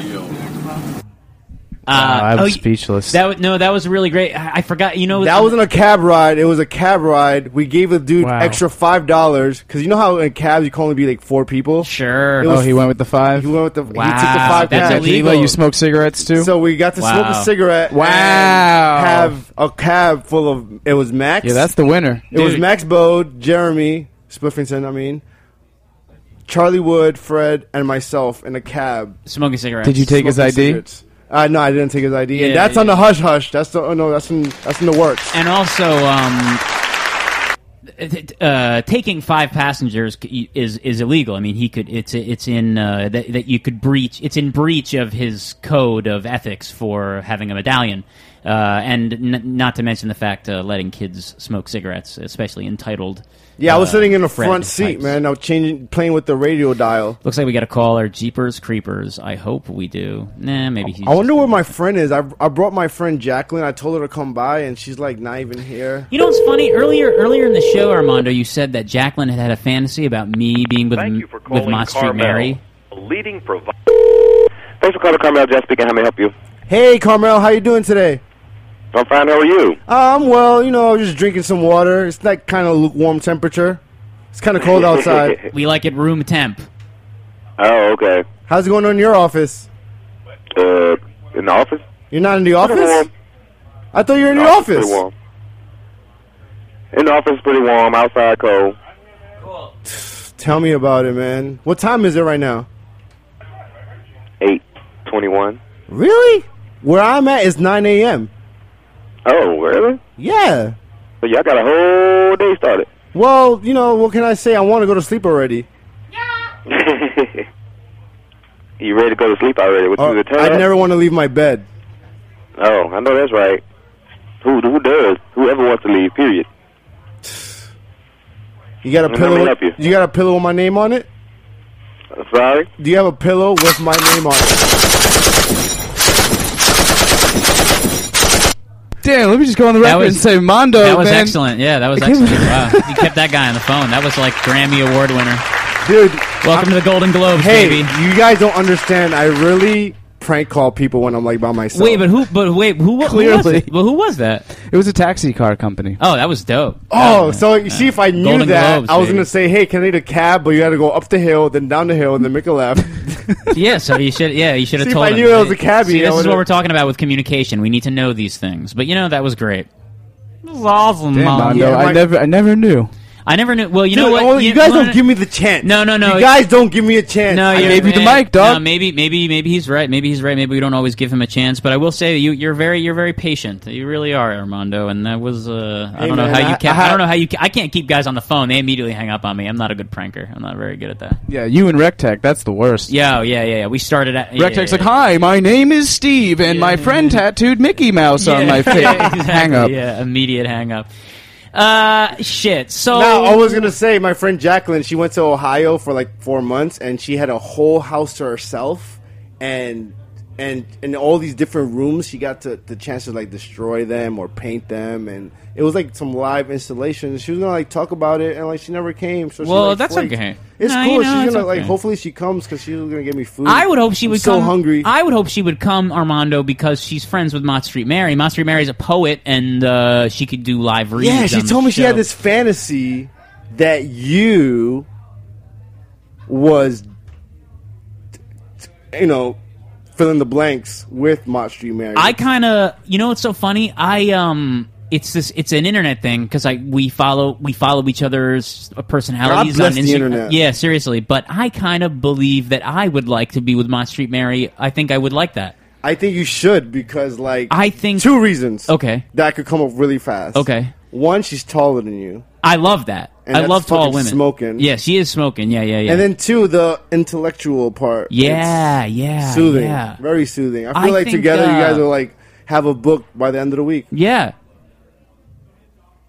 B: Uh,
D: I'm
B: oh, y-
D: speechless.
B: That wa- no, that was really great. I, I forgot. You know
A: That wasn't a cab ride. It was a cab ride. We gave the dude extra five dollars because you know how in cabs you can only be like four people.
B: Sure.
A: It
D: oh,
A: was,
D: he went with the five.
A: he went with the he took the five.
D: Did
A: cabs.
D: he let you smoke cigarettes too?
A: So we got to smoke a cigarette.
D: Wow.
A: and Have a cab full of it was Max.
D: Yeah, that's the winner.
A: It was Max Bode, Jeremy Spliffington. I mean, Charlie Wood, Fred, and myself in a cab.
B: Smoking cigarettes.
D: Did you take his
A: Smoking
D: ID?
A: cigarettes. Uh, no, I didn't take his ID.
B: Yeah,
A: and that's
B: yeah,
A: on the hush hush. That's the oh no, that's in that's in the works.
B: And also, um, th- th- uh, taking five passengers c- is is illegal. I mean, he could. It's it's in uh, that that you could breach. It's in breach of his code of ethics for having a medallion. Uh, and n- not to mention the fact uh, letting kids smoke cigarettes, especially entitled.
A: Yeah, I was
B: uh,
A: sitting in the
B: Fred
A: front
B: types.
A: seat, man. I was changing, playing with the radio dial.
B: Looks like we got a call our Jeepers Creepers. I hope we do. Nah, maybe he's.
A: I wonder where my friend is. I, I brought my friend Jacqueline. I told her to come by, and she's like not even here.
B: You know what's funny? Earlier, earlier in the show, Armando, you said that Jacqueline had had a fantasy about me being with with
J: calling
B: Mott Street
J: Carmel.
B: Mary.
J: A leading provider. Thanks for calling Carmel. Jeff speaking. How may I help you?
A: Hey, Carmel, how you doing today?
J: I'm fine. How are you?
A: Um, well, you know, just drinking some water. It's that kind of lukewarm temperature. It's kind of cold outside.
B: we like it room temp.
J: Oh, okay.
A: How's it going on in your office?
J: Uh, in the office?
A: You're not in the
J: Pretty
A: office.
J: warm.
A: I thought you were in the
J: office is
A: office.
J: Pretty warm. In the office, pretty warm. Outside, cold.
A: Tell me about it, man. What time is it right now?
J: Eight twenty-one.
A: Really? Where I'm at is 9 a.m.
J: Oh, really?
A: Yeah.
J: So y'all got a whole day started.
A: Well, you know, what can I say? I want to go to sleep already.
J: you ready to go to sleep already? With
A: Or-
J: you the
A: Uh, I
J: tub?
A: never want to leave my bed.
J: Oh, I know that's right. Who who does? Whoever wants to leave. Period.
A: You got a
J: Let me
A: pillow?
J: help you.
A: got a pillow with my name on it?
J: Sorry.
A: Do you have a pillow with my name on it?
D: Damn, let me just go on the record and say Mondo.
B: That was
D: man.
B: excellent. Yeah, that was excellent. wow, you kept that guy on the phone. That was like Grammy Award winner.
A: Dude,
B: welcome to the Golden Globes,
A: Hey,
B: baby.
A: you guys don't understand. I really prank call people when I'm like by myself.
B: Wait, but who? But wait, who? wa- Who was
D: Clearly.
B: it? Well, who was that?
D: It was a taxi car company.
B: Oh, that was dope.
A: Oh, so you see, if I knew
B: Golden
A: that,
B: Globes,
A: I was
B: baby.
A: gonna say, "Hey, can I need a cab?" But you got to go up the hill, then down the hill, and then make a left.
B: yeah, so you should. Yeah, you should have
A: See, if
B: told.
A: I
B: him.
A: knew it was a cabbie,
B: See,
A: I
B: this is
A: would've-
B: what we're talking about with communication. We need to know these things. But you know, that was great. This is awesome,
D: Damn,
B: Mom.
D: Mondo, I never, I never knew.
B: I never knew. Well, you
A: Dude,
B: know what?
A: oh, you guys don't give
B: me
A: the chance.
B: No, no, no.
A: you guys don't give me a chance.
B: No, you're-
A: the
B: man,
A: mic, dog.
B: No, maybe, maybe, maybe he's right. Maybe he's right. Maybe we don't always give him a chance. But I will say, you, you're very, you're very patient. You really are, Armando. And that was, uh, I
A: Hey,
B: don't know
A: man,
B: how you
A: I-
B: kept.
A: I-
B: I, don't know how you. ca- I can't keep guys on the phone. They immediately hang up on me. I'm not a good pranker. I'm not very good at that.
D: Yeah, you and Rectech, that's the worst.
B: Yeah, oh, yeah, yeah, yeah. We started at. yeah,
D: Rectech's
B: yeah,
D: like, "Hi, my name is Steve, and my friend tattooed Mickey Mouse
B: yeah.
D: on my face."
B: Yeah, exactly,
D: Hang up.
B: Yeah, immediate hang up. Uh, shit. So
A: Now, I was gonna say, my friend Jacqueline, she went to Ohio for like four months, and she had a whole house to herself, and and in all these different rooms, she got to the chance to like destroy them or paint them, and it was like some live installation. She was gonna like talk about it, and like she never came. So she,
B: Well,
A: like,
B: that's
A: flaked.
B: okay.
A: It's
B: No,
A: cool.
B: you know,
A: she's
B: it's
A: gonna like.
B: okay.
A: Hopefully, she comes because she's gonna give me food.
B: I would hope she
A: I'm
B: would
A: so
B: come.
A: hungry.
B: I would hope she would come, Armando, because she's friends with Mott Street Mary. Mott Street Mary is a poet, and uh, she could do live reads.
A: Yeah, she
B: on the
A: told me she
B: show.
A: had this fantasy that you was, you know, fill in the blanks with Mott Street Mary.
B: I kind of, you know, what's so funny. I um, it's this it's an internet thing because I we follow we follow each other's personalities
X: God bless
B: on
X: the
B: Instagram.
X: internet.
B: Yeah, seriously. But I kind of believe that I would like to be with my street Mary. I think I would like that.
A: I think you should because like
B: I think
A: two reasons.
B: Okay,
A: that could come up really fast.
B: Okay.
A: one, she's taller than you.
B: I love that.
A: And
B: I
A: that's
B: love tall
A: fucking
B: women.
A: smoking.
B: Yeah, she is smoking. Yeah, yeah, yeah.
A: And then two, the intellectual part.
B: Yeah,
A: It's
B: yeah,
A: soothing,
B: yeah.
A: very soothing. I feel
B: I
A: like
B: think,
A: together you guys
B: uh,
A: will like have a book by the end of the week.
B: yeah.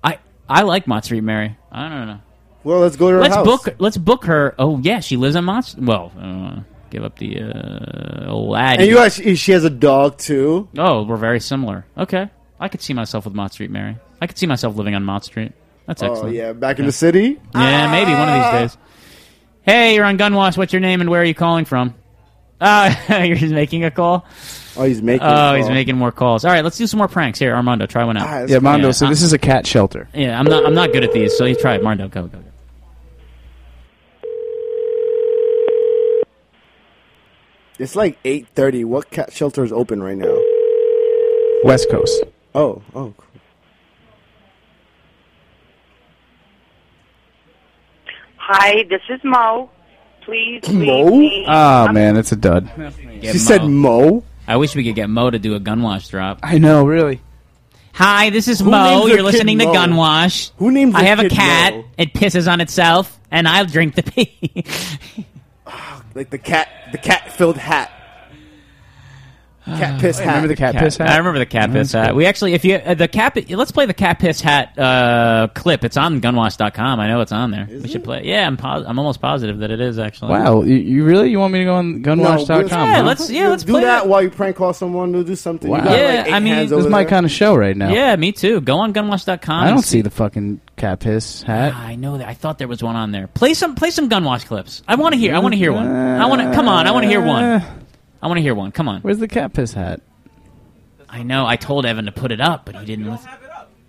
B: I I like my street Mary. I don't know.
A: Well, let's go to her
B: let's
A: house.
B: book let's book her. Oh yeah, she lives in Monster. Well, I don't wanna give up the uh, laddie.
A: And you guys, she has a dog too.
B: Oh, we're very similar. Okay, I could see myself with Mott Street Mary. I could see myself living on Mott Street. That's
A: Oh,
B: excellent.
A: yeah, back in the city?
B: Yeah, maybe one of these days. Hey, you're on Gunwash. What's your name and where are you calling from? Uh, you're just making a call.
A: Oh, he's
B: Oh,
A: making.
B: he's making more calls. All right, let's do some more pranks. Here, Armando, try one out.
A: Ah,
D: yeah, Mondo. so
B: I-
D: this is a cat shelter.
B: Yeah, I'm not. I'm not good at these. So you try it, Armando. Go, go, go.
A: It's like eight thirty. What cat shelter is open right now?
D: West Coast.
A: Oh, oh.
F: Hi, this is Mo. Please, please, please.
A: Uh,
D: Ah, man, it's a dud.
B: She said
A: Mo.
B: I wish we could get Mo to do a Gunwash drop.
D: I know, really.
B: Hi, this is
D: Who
B: Mo.
D: names
B: You're
D: their
B: listening
D: kid
B: to
D: Mo?
B: Gunwash.
A: Who names?
B: I
A: their
B: have a
A: kid
B: cat.
A: Mo?
B: It pisses on itself, and I'll drink the pee.
A: Ah, Like the cat, the cat filled hat. Cat piss hat.
B: I remember the
D: Mm-hmm.
B: cat piss hat. We actually, if you uh, the cat, pi- let's play the cat piss hat uh, clip. It's on gunwash.com. I know it's on there. we should play. it. Yeah, I'm pos- I'm almost positive that it is actually.
D: Wow, you, you really you want me to go on gunwash.com?
B: Yeah,
D: huh?
B: let's- yeah, let's
A: do
B: play
A: that while you prank call someone. We'll do something. You
D: Wow.
A: got,
B: Yeah,
A: like, eight
B: I mean,
A: hands
D: This
A: over
D: is my
A: there.
D: kind of show right now.
B: Yeah, me too. Go on gunwash.com.
D: I
B: and
D: don't see the fucking cat piss hat.
B: I know that. I thought there was one on there. Play some play some gunwash clips. I want to hear. I want to hear one. I want to come on. I want to hear one. I want to hear one. Come on.
D: Eh. Where's the cat piss hat?
B: I know. I told Evan to put it up, but he didn't listen.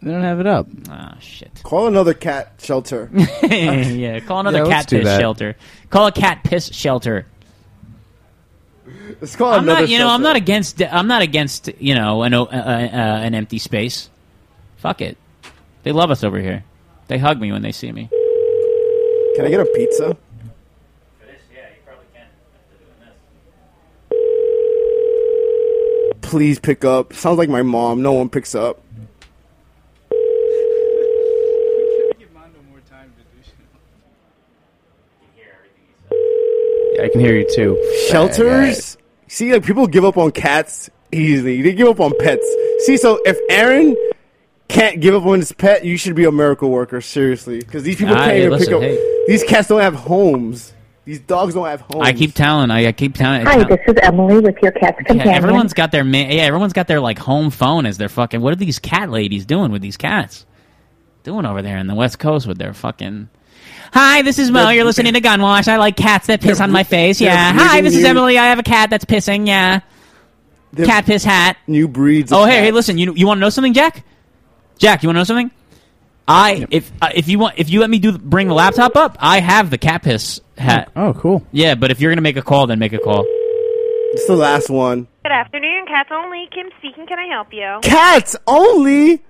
D: They don't have it up.
B: Ah, shit.
A: Call another cat shelter.
B: yeah, call another
D: Yeah,
B: cat
D: let's do
B: piss
D: that.
B: shelter. Call a cat piss shelter.
A: Let's call
B: I'm
A: Oh, another.
B: not, you know,
A: shelter.
B: I'm not against. I'm not against. You know, an o- uh, uh, uh, an empty space. Fuck it. They love us over here. They hug me when they see me.
A: Can I get a pizza? Please pick up. Sounds like my mom. No one picks up.
D: I can hear you too.
A: Shelters. See, like people give up on cats easily. They give up on pets. See, so if Aaron can't give up on his pet, you should be a miracle worker. Seriously, because these people
B: Ah,
A: can't
B: hey,
A: even
B: listen,
A: pick up.
B: hey.
A: These cats don't have homes. These dogs don't have homes.
B: I keep telling. I, I keep telling.
K: Hi, this is Emily with your cat's
B: Yeah,
K: companion.
B: everyone's got their ma- yeah. Everyone's got their like home phone as their fucking. What are these cat ladies doing with these cats? Doing over there in the West Coast with their fucking. Hi, this is Mo. You're listening to Gunwash. I like cats that piss on my face.
K: they're
B: Yeah. Hi,
K: reading
B: this is
K: you-
B: Emily. I have a cat that's pissing. Yeah. Cat piss hat.
A: New breeds.
B: Oh hey hey listen you you want to know something Jack? Jack you want to know something? I if uh, if you want if you let me do the- bring the laptop up I have the cat piss hat.
D: Oh cool.
B: Yeah, but if you're gonna make a call then make a call.
A: It's the last one.
M: Good afternoon, Cats Only. Kim speaking. Can I help you?
A: Cats only.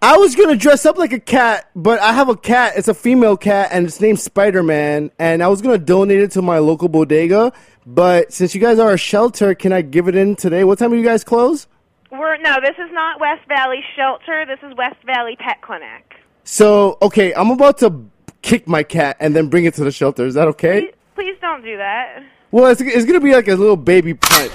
A: I was gonna dress up like a cat, but I have a cat. It's a female cat, and it's named Spider Man. And I was gonna donate it to my local bodega, but since you guys are a shelter, can I give it in today? What time do you guys close?
M: We're no, this is not West Valley Shelter. This is West Valley Pet Clinic.
A: So okay, I'm about to kick my cat and then bring it to the shelter. Is that okay?
M: Please don't do that.
A: Well, it's, it's gonna be like a little baby punch.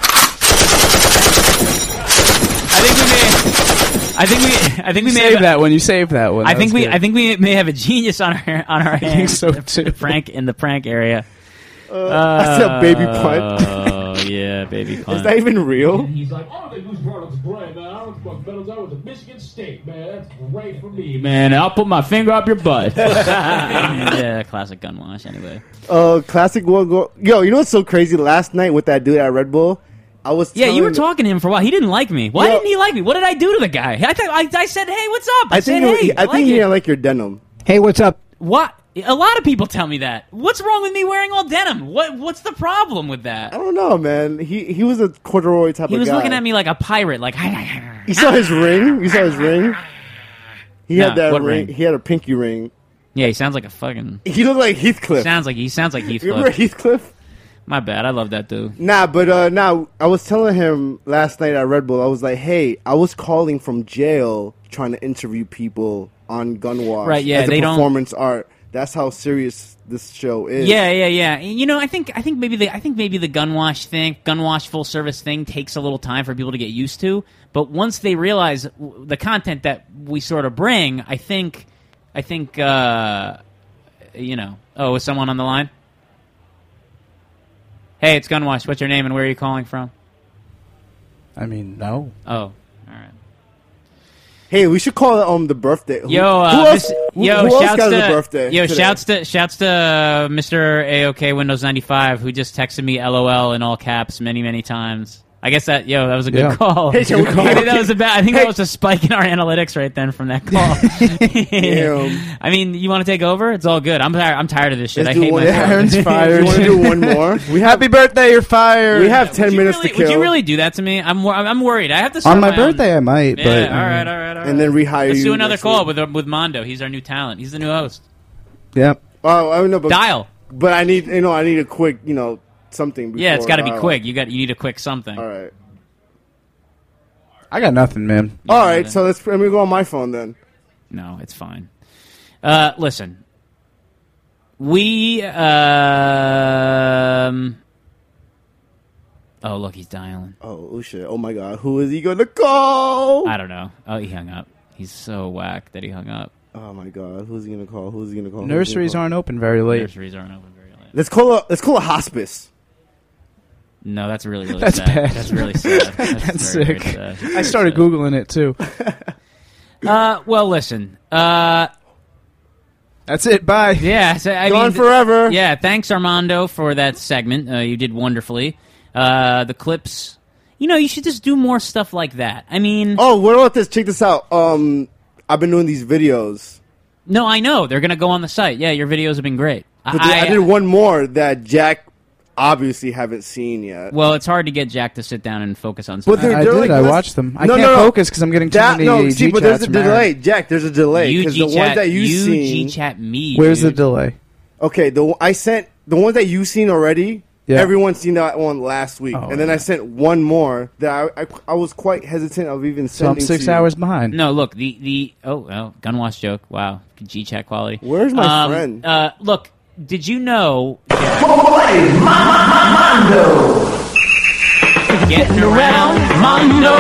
B: I think we I think we may
D: save
B: have-
D: that one. You save that one.
B: I
D: That
B: think
D: was
B: we
D: good.
B: I think we may have a genius on our on our hands.
D: so,
B: The prank in the prank area.
A: Uh, I said baby punt.
B: Oh yeah, baby punt.
A: Is that even real?
N: He's like, I don't think Moose Products brand, man. I don't fuck metals. I was at Michigan State, man. That's great for me,
B: Man, I'll put my finger up your butt. yeah, classic gun wash. Anyway.
A: Uh, classic one. Go- Yo, you know what's so crazy? Last night with that dude at Red Bull, I was.
B: Yeah, you were
A: telling-
B: talking to him for a while. He didn't like me. Why
A: Yo-
B: didn't he like me? What did I do to the guy? I, th- I, I said, hey, what's up? I,
A: I think
B: said,
A: you.
B: hey,
A: I think
B: like
A: you
B: it.
A: didn't like your denim.
Z: Hey, what's up?
B: What? A lot of people tell me that. What's wrong with me wearing all denim? What? What's the problem with that?
A: I don't know, man. He he was a corduroy type
B: He
A: of
B: was
A: guy.
B: looking at me like a pirate. Like,
A: You saw his ring. You saw his ring. He
B: Nah,
A: had that
B: what
A: ring, He had a pinky ring.
B: Yeah, he sounds like a fucking.
A: He looked like Heathcliff.
B: Sounds like he sounds like Heathcliff.
A: Remember Heathcliff?
B: My bad. I love that dude.
A: Nah, but uh, nah. I was telling him last night at Red Bull. I was like, "Hey, I was calling from jail, trying to interview people on Gunwash.
B: Right, yeah,
A: as a
B: they don't-
A: performance art. That's how serious this show is.
B: Yeah, yeah, yeah. And, You know, I think I think maybe the I think maybe the gunwash thing, gunwash full service thing, takes a little time for people to get used to. But once they realize w- the content that we sort of bring, I think, I think, uh, you know. Oh, is someone on the line? Hey, it's Gunwash. What's your name and where are you calling from?
D: I mean, no.
B: Oh,
A: Hey, we should call it um the birthday. Who,
B: Yo, uh,
A: who
B: Miss-
A: else, who-
B: yo,
A: who else
B: shouts
A: got
B: to,
A: a birthday?
B: Yo,
A: today?
B: shouts to shouts to uh, Mr. AOK Windows 95 who just texted me LOL in all caps many many times. I guess that yo, that was a good
L: Yeah.
B: call.
L: Hey, yo,
B: I think that was a bad. I think
L: Hey.
B: that was a spike in our analytics right then from that call.
A: Damn.
B: I mean, you want to take over? It's all good. I'm tired. I'm tired of this shit.
A: Let's
B: I
A: do
B: hate
A: one-
B: my phone.
A: Aaron's fired. You wanna do one more? We have-
D: Happy birthday, you're fired.
A: We have ten minutes
B: Really-
A: to
B: Would
A: kill.
B: you really do that to me? I'm wor- I'm worried. I have to start
D: On my,
B: own-
D: birthday, I might,
B: Yeah,
D: but.
B: all
A: mm.
B: right, all right, all right.
A: and then rehire
B: Let's
A: you.
B: do another
A: next
B: call
A: week.
B: with with Mondo. He's our new talent. He's the new host.
D: Yep.
A: Oh, I don't know, but
B: Dial.
A: But I need you know I need a quick you know something. Before
B: yeah, it's got to be
A: dial.
B: quick. You got you need a quick something.
A: All right.
D: I got nothing, man.
A: All right, so let's let me go on my phone then.
B: No, it's fine. Uh, listen, we. Um, oh, look, he's dialing.
A: Oh, oh shit! Oh my god, who is he gonna call?
B: I don't know. Oh, he hung up. He's so whack that he hung up.
A: Oh my god, who's he gonna call? Who's he gonna call? Who's he gonna
D: Nurseries
A: call?
D: aren't open very late.
B: Nurseries aren't open very late.
A: Let's call a let's call a hospice.
B: No, that's really really
D: That's
B: sad.
D: bad.
B: That's really sad.
D: That's,
B: very,
D: sick.
B: very sad.
D: I started Googling it, too.
B: Uh, well, listen. Uh,
D: That's it. Bye.
B: Yeah. So, I
D: Gone
B: mean, th-
D: forever.
B: Yeah. Thanks, Armando, for that segment. Uh, you did wonderfully. Uh, the clips. You know, you should just do more stuff like that. I mean,
A: Oh, what about this? Check this out. Um, I've been doing these videos.
B: no, I know they're gonna go on the site. Yeah, your videos have been great.
A: But I, I did one more that Jack obviously haven't seen yet.
B: Well, it's hard to get Jack to sit down and focus on
A: But
B: something.
A: they're,
D: I
A: they're
D: did,
A: like,
D: I
A: let's-
D: watched them. I
A: no,
D: can't
A: no, no.
D: focus 'cause I'm getting too
A: that,
D: many
A: No, see,
D: G
A: but there's
D: chats
A: a
D: from Aaron.
A: delay, Jack. There's a delay
B: You
A: because the
B: G-chat-
A: ones that you
B: you
A: seen,
B: G-chat me.
D: Where's the delay?
A: okay, the one- I sent the ones that you seen already.
D: Yeah.
A: Everyone's seen that one last week, and then I sent one more that I, I, I was quite hesitant of even
D: So I'm
A: sending.
D: six
A: to you.
D: hours behind.
B: No, look the the oh oh gunwash joke. Wow, G chat quality.
A: Where's my
B: Um,
A: friend?
B: Uh, look, did you know getting around Mondo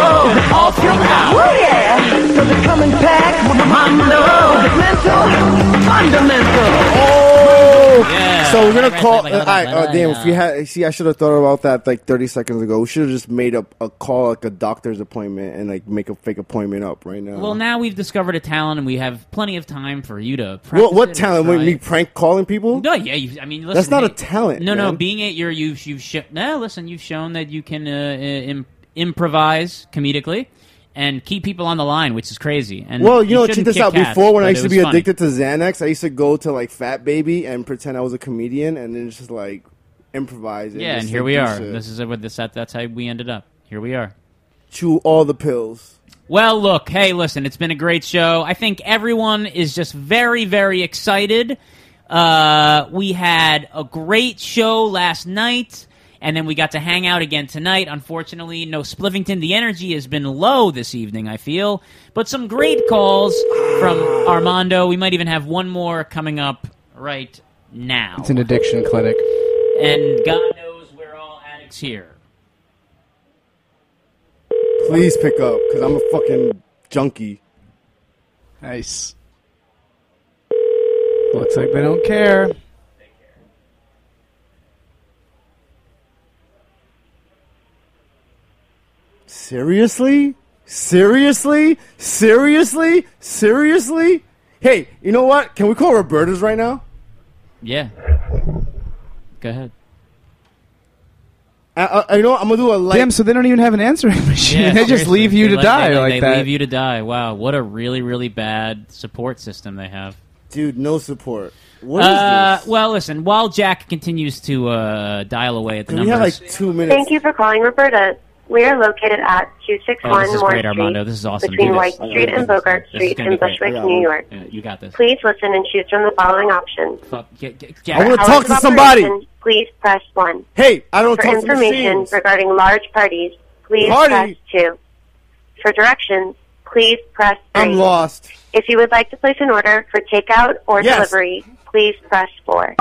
B: off your mouth?
R: Oh yeah, so they're coming back with Mondo, mental, fundamental.
A: Oh,
R: Yeah.
A: so we're gonna
R: Right, right,
A: call.
R: right,
A: all right,
R: right,
A: oh, damn! If we had, see, I should have thought about that like 30 seconds ago. We should have just made up a call, like a doctor's appointment, and like make a fake appointment up right now.
B: Well, now we've discovered a talent, and we have plenty of time for you to. practice
A: what, what
B: it,
A: talent?
B: try
A: Wait, me
B: it.
A: prank calling people?
B: No, yeah. You, I mean, listen,
A: That's not
B: hey,
A: a talent,
B: No, no.
A: man.
B: Being at your, you've you've shown. No, listen, you've shown that you can uh, im- improvise comedically and keep people on the line, which is crazy. And
A: well, you, know, check
B: shouldn't
A: this
B: kick
A: out.
B: cats,
A: Before, when I
B: but
A: used to
B: it
A: be
B: was funny.
A: addicted to Xanax, I used to go to like Fat Baby and pretend I was a comedian, and then just like improvise.
B: yeah,
A: just,
B: and here
A: like,
B: we
A: do
B: are.
A: shit.
B: This is what this that, that's how we ended up. Here we are.
A: Chew all the pills.
B: Well, look, hey, listen, it's been a great show. I think everyone is just very, very excited. Uh, we had a great show last night, and then we got to hang out again tonight. Unfortunately, no Spliffington. The energy has been low this evening, I feel, but some great calls from Armando. We might even have one more coming up right now.
D: It's an addiction clinic.
B: And God knows we're all addicts here.
A: Please pick up, because I'm a fucking junkie.
D: Nice. Looks like they don't care.
A: Seriously? Seriously? Seriously? Seriously? Hey, you know what? Can we call Roberta's right now?
B: Yeah. Go ahead.
A: I, I, Uh, you know what? I'm gonna do a light.
D: Damn, so they don't even have an answering machine.
B: Yeah,
D: they just
B: seriously.
D: leave you
B: They
D: to
B: let-
D: die
B: they,
D: like
B: they
D: that.
B: leave you to die. Wow, what a really really bad support system they have.
A: Dude, no support. What is
B: uh,
A: this?
B: Well, listen. While Jack continues to uh, dial away at the
A: Can we
B: numbers,
A: have like two minutes?
E: Thank you for calling Roberta.
K: We are located at 261
B: Oh, this is
K: Moore
B: great,
K: Street
B: Armando. This is awesome.
K: between
B: Do this.
K: White Street and Bogart
B: This is
K: Street
B: gonna
K: in
B: be great.
K: Bushwick, New York.
B: Yeah, you got this.
K: Please listen and choose from the following options.
B: Get, get,
A: I wanna
K: For
A: talk
K: hours
A: to somebody.
K: operations, Please press one.
A: Hey, I don't
K: For
A: talk to
K: information
A: machines.
K: regarding large parties, please
A: Party?
K: press two. For directions, please press
A: I'm lost.
K: If you would like to place an order for takeout or
A: Yes.
K: delivery, please press 4.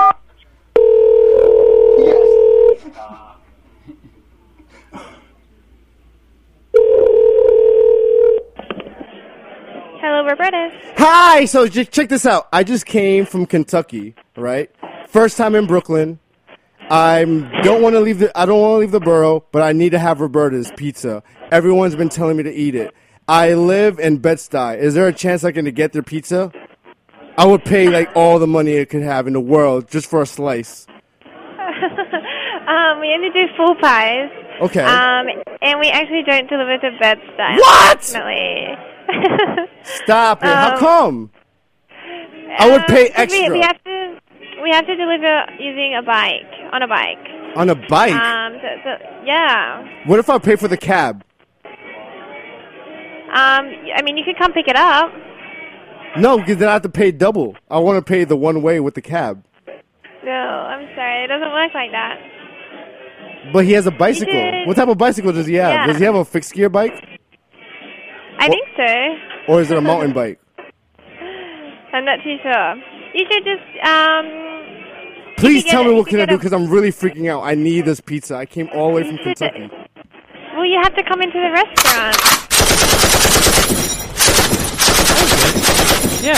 M: Hello, we're British.
A: Hi. So j- check this out. I just came from Kentucky, right? First time in Brooklyn. I don't want to leave the I don't want to leave the borough, but I need to have Roberta's pizza. Everyone's been telling me to eat it. I live in Bed-Stuy. Is there a chance I can get their pizza? I would pay like all the money I could have in the world just for a slice.
M: um, we only do full pies.
A: Okay.
M: Um, and we actually don't deliver to bed style.
A: What?
M: Definitely.
A: Stop it. How
M: Um,
A: come? I would pay
M: We,
A: extra
M: we have Um, to. We have to deliver using a bike on a bike.
A: on a bike.
M: Um, so, so, yeah.
A: What if I pay for the cab?
M: Um, I mean, you could come pick it up.
A: No, because then I have to pay double. I want to pay the one way with the cab.
M: No, I'm sorry, it doesn't work like that.
A: But he has a bicycle.
M: did-
A: What type of bicycle does he have?
M: Yeah.
A: Does he have a fixed gear bike
M: I think so.
A: or is it a mountain bike?
M: I'm not too sure. You should just um.
A: Please
M: get
A: tell
M: a-
A: me
M: you
A: what
M: could
A: can I
M: get
A: do
M: a-
A: because I'm really freaking out. I need this pizza. I came all the way from Kentucky.
M: Well, you have to come into the restaurant.
B: Yeah.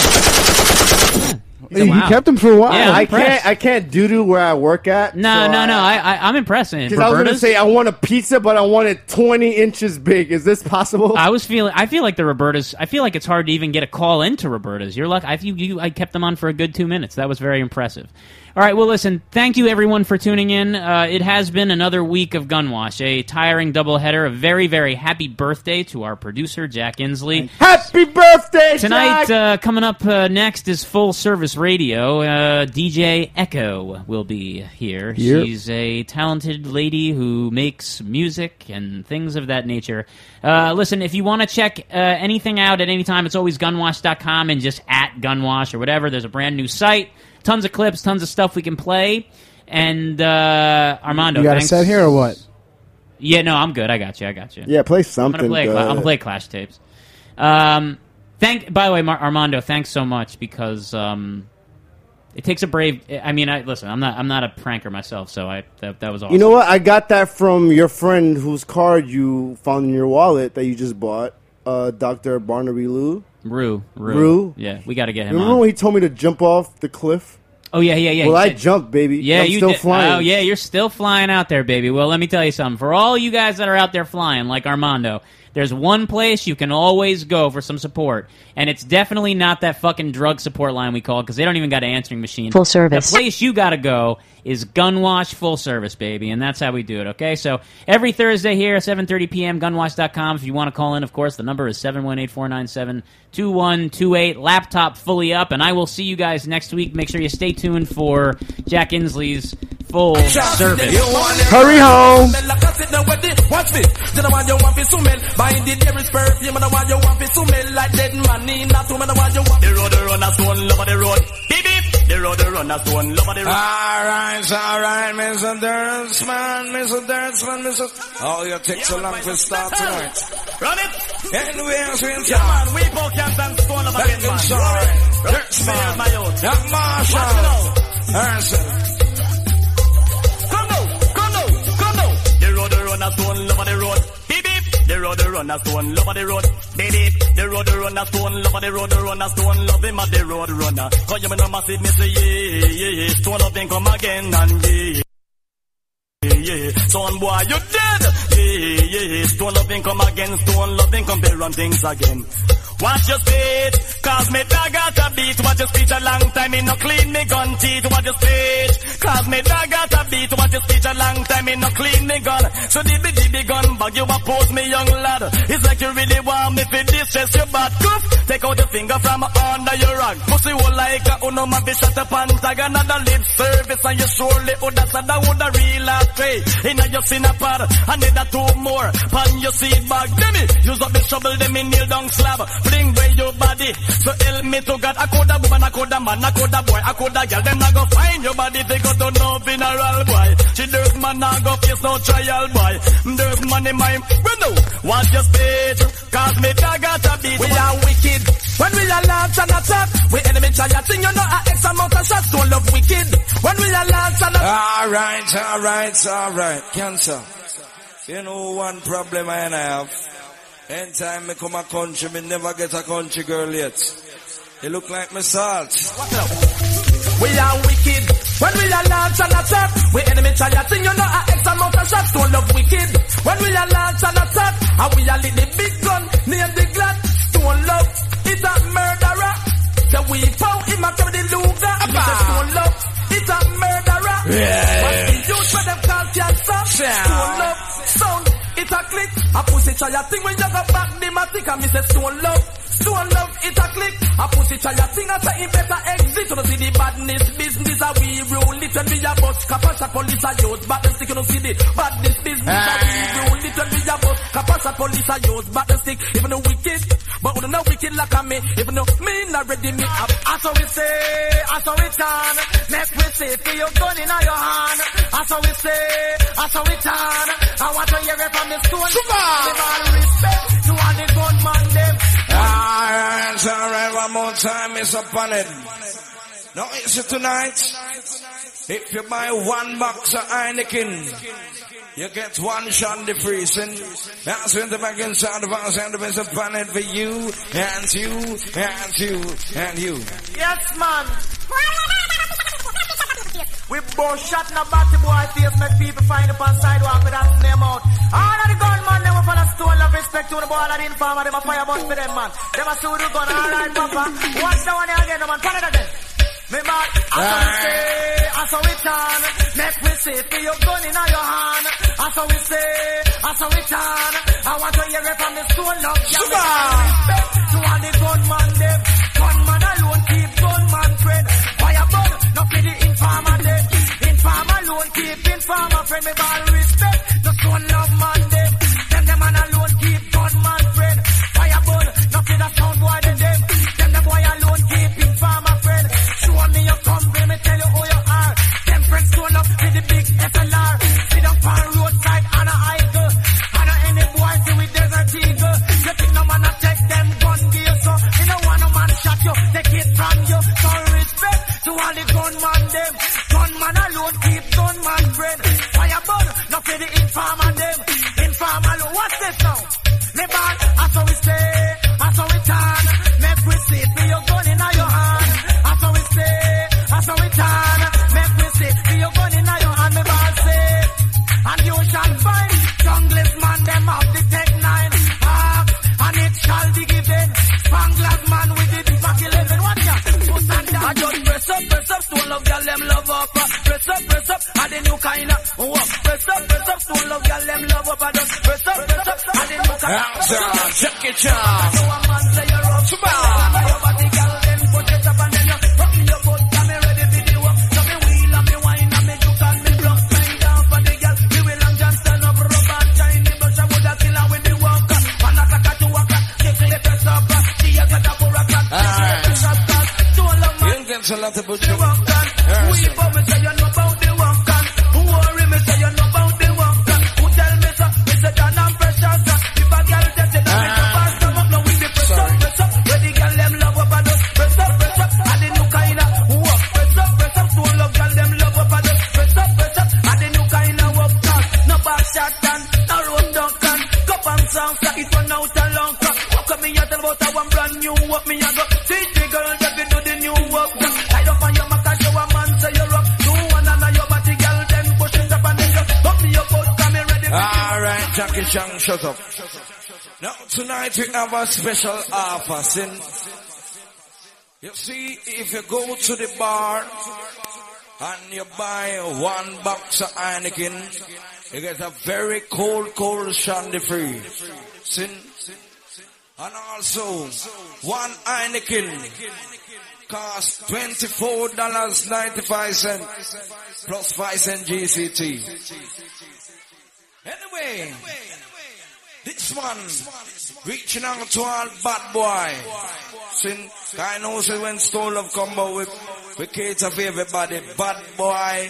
A: You
B: Wow.
A: kept him for a while.
B: Yeah, I'm
A: I
B: impressed.
A: can't. I can't doo doo where I work at.
B: No,
A: so
B: no, no. I, I, I'm impressed. man.
A: Because I was gonna
B: Roberta's-
A: say I want a pizza, but I want it 20 inches big. Is this possible?
B: I was feeling. I feel like the Robertas. I feel like it's hard to even get a call into Robertas. You're lucky. I you, you. I kept them on for a good two minutes. That was very impressive. All right. Well, listen. Thank you everyone for tuning in. Uh, it has been another week of Gunwash, a tiring doubleheader. A very very happy birthday to our producer Jack Insley.
A: Happy birthday
B: Tonight, uh, coming up uh, next is Full Service Radio. Uh, DJ Echo will be here.
P: Yep.
B: She's a talented lady who makes music and things of that nature. Uh, listen, if you want to check uh, anything out at any time, it's always gunwash.com and just at gunwash or whatever. There's a brand new site, tons of clips, tons of stuff we can play. And uh, Armando,
P: you got a
B: thanks.
P: set here or what?
B: Yeah, no, I'm good. I got you. I got you.
A: Yeah, play
B: I'm
A: something,
B: gonna play. Cla-
A: duh.
B: I'm gonna play Clash tapes. Um, thank. By the way, Mar- Armando, thanks so much because um, it takes a brave. I mean, I listen. I'm not. I'm not a pranker myself, so I that, that was awesome.
A: You know what? I got that from your friend whose card you found in your wallet that you just bought, uh, Doctor Barnaby Lou.
B: Rue, Rue.
A: Rue?
B: Yeah, we got to get him
A: Remember
B: on.
A: when he told me to jump off the cliff?
B: Oh yeah, yeah, yeah.
A: Well,
B: he
A: I
B: said-
A: jumped, baby.
B: Yeah,
A: I'm
B: you
A: still
B: did-
A: flying.
B: Oh yeah, you're still flying out there, baby. Well, let me tell you something. For all you guys that are out there flying, like Armando, there's one place you can always go for some support, and it's definitely not that fucking drug support line we call because they don't even got an answering machine.
K: Full service.
B: The place you got to go is Gunwash Full Service, baby, and that's how we do it. Okay, so every Thursday here, 7:30 p.m. Gunwash.com. If you want to call in, of course, the number is 718-497-2128. Laptop fully up, and I will see you guys next week. Make sure you stay tuned for Jack Inslee's Full Service.
A: Hurry home.
U: Watch me. Then I want you want to smell. Buying the devil's perfume. And I want you want to smell like dead man in that woman. I want you want. The road, the run, a stone, love the road. Beep, beep. The road, the run, a stone, love the road.
T: All
R: Uh,
T: right, all right, Mr. Durnsman, Mr. Durnsman, Mr. Oh, you take so long to start tonight.
U: Run it.
T: And we are swinging.
U: Yeah, man. We both can dance stone of a dead man.
T: Sorry.
U: Here's my
T: Durnsman.
U: youth.
T: That
U: Watch me now.
T: Marshall. Urson.
U: Come now, come now, come now. The road, the run, a stone, love the road. Beep, beep. The road, the run, a stone, love the road. Beep, beep. The road, the run, a stone, love the road, the run, a stone, love him at the road runner. Cause you me no massive, me say, yeah, yeah, yeah. Stone up, then come again and yeah. Yeah, yeah, son boy, you dead. Yeah, yeah, yeah. Stone loving come again, stone loving come they run things again. Watch your speed, cause me dog got a beat. Watch your speech a long time, me no clean me gun teeth. Watch your speech, cause me dog got a beat. Watch your speech a long time, me no clean me gun. So dibby dibby gun bag you a post me young lad. It's like you really want me for this, just your bad goof.
R: Take out the finger from under your rug. Pussy hole like a uno man be shut up and tag another lip service and you surely woulda said I woulda real astray. Inna your sinapar and need a two more. Pan your seed bag, demi. Use up the shovel, demi kneel down slab. Fling where your body. So help me to God, I coulda woman, I coulda man, I coulda boy, I coulda girl. Them not go find your body, they go to no funeral boy. She dirt man, I go face no trial boy. Dirt money, my window. Watch your speech, cause me dog got a beat. We are wicked. When we are lads and attack, we enemy charioting, you know, I X amount of shots, don't love wicked. When we are lads and attack.
T: All right, all right, all right. Cancer. You know one problem I have. Anytime I come a country, me never get a country girl yet. It look like me salt.
R: We are wicked. When we are lads and attack, we enemy charioting, you know, I X amount of shots, don't love wicked. When we are lads and attack, and we are lit the big gun, name the glad, don't love, it's a murderer. The we found him and carry the Luger. Don't love, it's a murderer.
T: Yeah.
R: What's the use for them call cancer? Don't love, sound, it's a click. I pussy charioting when you go back, the matic, and me say, don't love. Stone love, it a click. I pussy try a thing, I say it better exit. You don't see the badness, business, a we rule it. When we a bus, capasha police a youth, but them stick, you don't see the badness, business, a we rule it. When we a bus, capasha police a youth, but them stick, even though wicked, but we no wicked like a me, even though me not ready me up. I saw it say, I saw it turn, next we see, feel your gun in your hand. I saw it say, I saw it turn, I want to hear it from the stone. Come on! Give all respect to all the gunman them.
T: Alright, alright, one more time, it's upon it. No, it's it tonight. If you buy one box of Heineken, you get one shot the freezing. That's in the back inside of our and it's upon it for you, and you, and you, and you.
R: Yes, man. We both shot in a batty boy face, make people find up on sidewalk with us name out. All of the gunman, they were full of stone love, respect to the ball of the informer, they were fire bun for them, man. They were shoot the gun, alright, papa. What's the one here again, man? Canada then. Me man, I saw we say, I saw we turn. Next we say, feel your gun in your hand. I saw we say, I saw we turn. I want to hear it from the stone love. Yeah, we turn respect to all the gunman, them. Gunman alone keep gunman friend. Fire bun, no play the informer, them. Informer alone keep informer friend. Me ball respect, the stone love man, them. Them, them man alone keep gunman friend. Fire bun, no play the sound boy, them. them. Them, the boy alone keep informer friend. Show me your come, bring me tell you who you are. Them friends stone up with the big SLR. Sit down on roadside on a idle. On a any boy see with desert eagle. You think no man a take them gun gear, so you know one no man shot you, take it from you. So respect to all the gunman them. Gunman alone keep gunman friend. Fire burn, no for the informer them. Informer alone, what's this now? Me ball, I saw we stay, I saw we turn. Make we see, feel your gun in your hand. I saw we stay, I saw we turn. Make we see, feel your gun in your hand. Me ball say, and you shall find junglist man them of the tech nine. Ah, and it shall be given. Bangladesh man with the back eleven. What ya? Put on down. I just press up, press up, stone love girl them love up. Uh, Press up, press up, and the new kind of walk. Press up, press up, stone love girl them love up. I just press up, press up, and the new kind of.
T: Hands up, check
R: E.
T: it out.
R: No a man say you're up. Come on. Your body girl them push it up and then you rock me your butt. I'm ready for the work. So me wheel and me wine and me juke and me block. Bend down for the girl. Me will and John stand up, rub and join the brush. I would have killed her with the walk. One o'clock or two o'clock. She clip it up. She has got a four o'clock. She clip it up. Two love man.
T: You get a lot of bullshit.
R: We both me say you know about the walk on. Who worry me say you know about the walk on. Who tell me so? Me say John I'm precious. If a girl just say that me no pass them up, no we be press up, press up. Where the girl them love up and us press up, press up. And the new kind of walk, press up, press up. Two love girl them love up and us press up, press up. And the new kind of walk on. No back shot on, no road dunk on. Cup and sound, so it run out a long cup. Walk up me and tell about a one brand new walk me and go. Teach the girl that we do the new walk. Light up on your mark and show a man say you're up. Do one and a your body girl then push it up and then go. Up me your butt, come here ready.
T: Alright, Jackie Chan, shut up. Now tonight we have a special offer, sin. You see, if you go to the bar and you buy one box of Heineken, you get a very cold, cold shandy free. Sin. And also, one Heineken cost $24.95 plus 5 cent GCT. Anyway, this one reaching out to all bad boy. Since I know say when Stole of Combo with we cater for everybody, bad boy,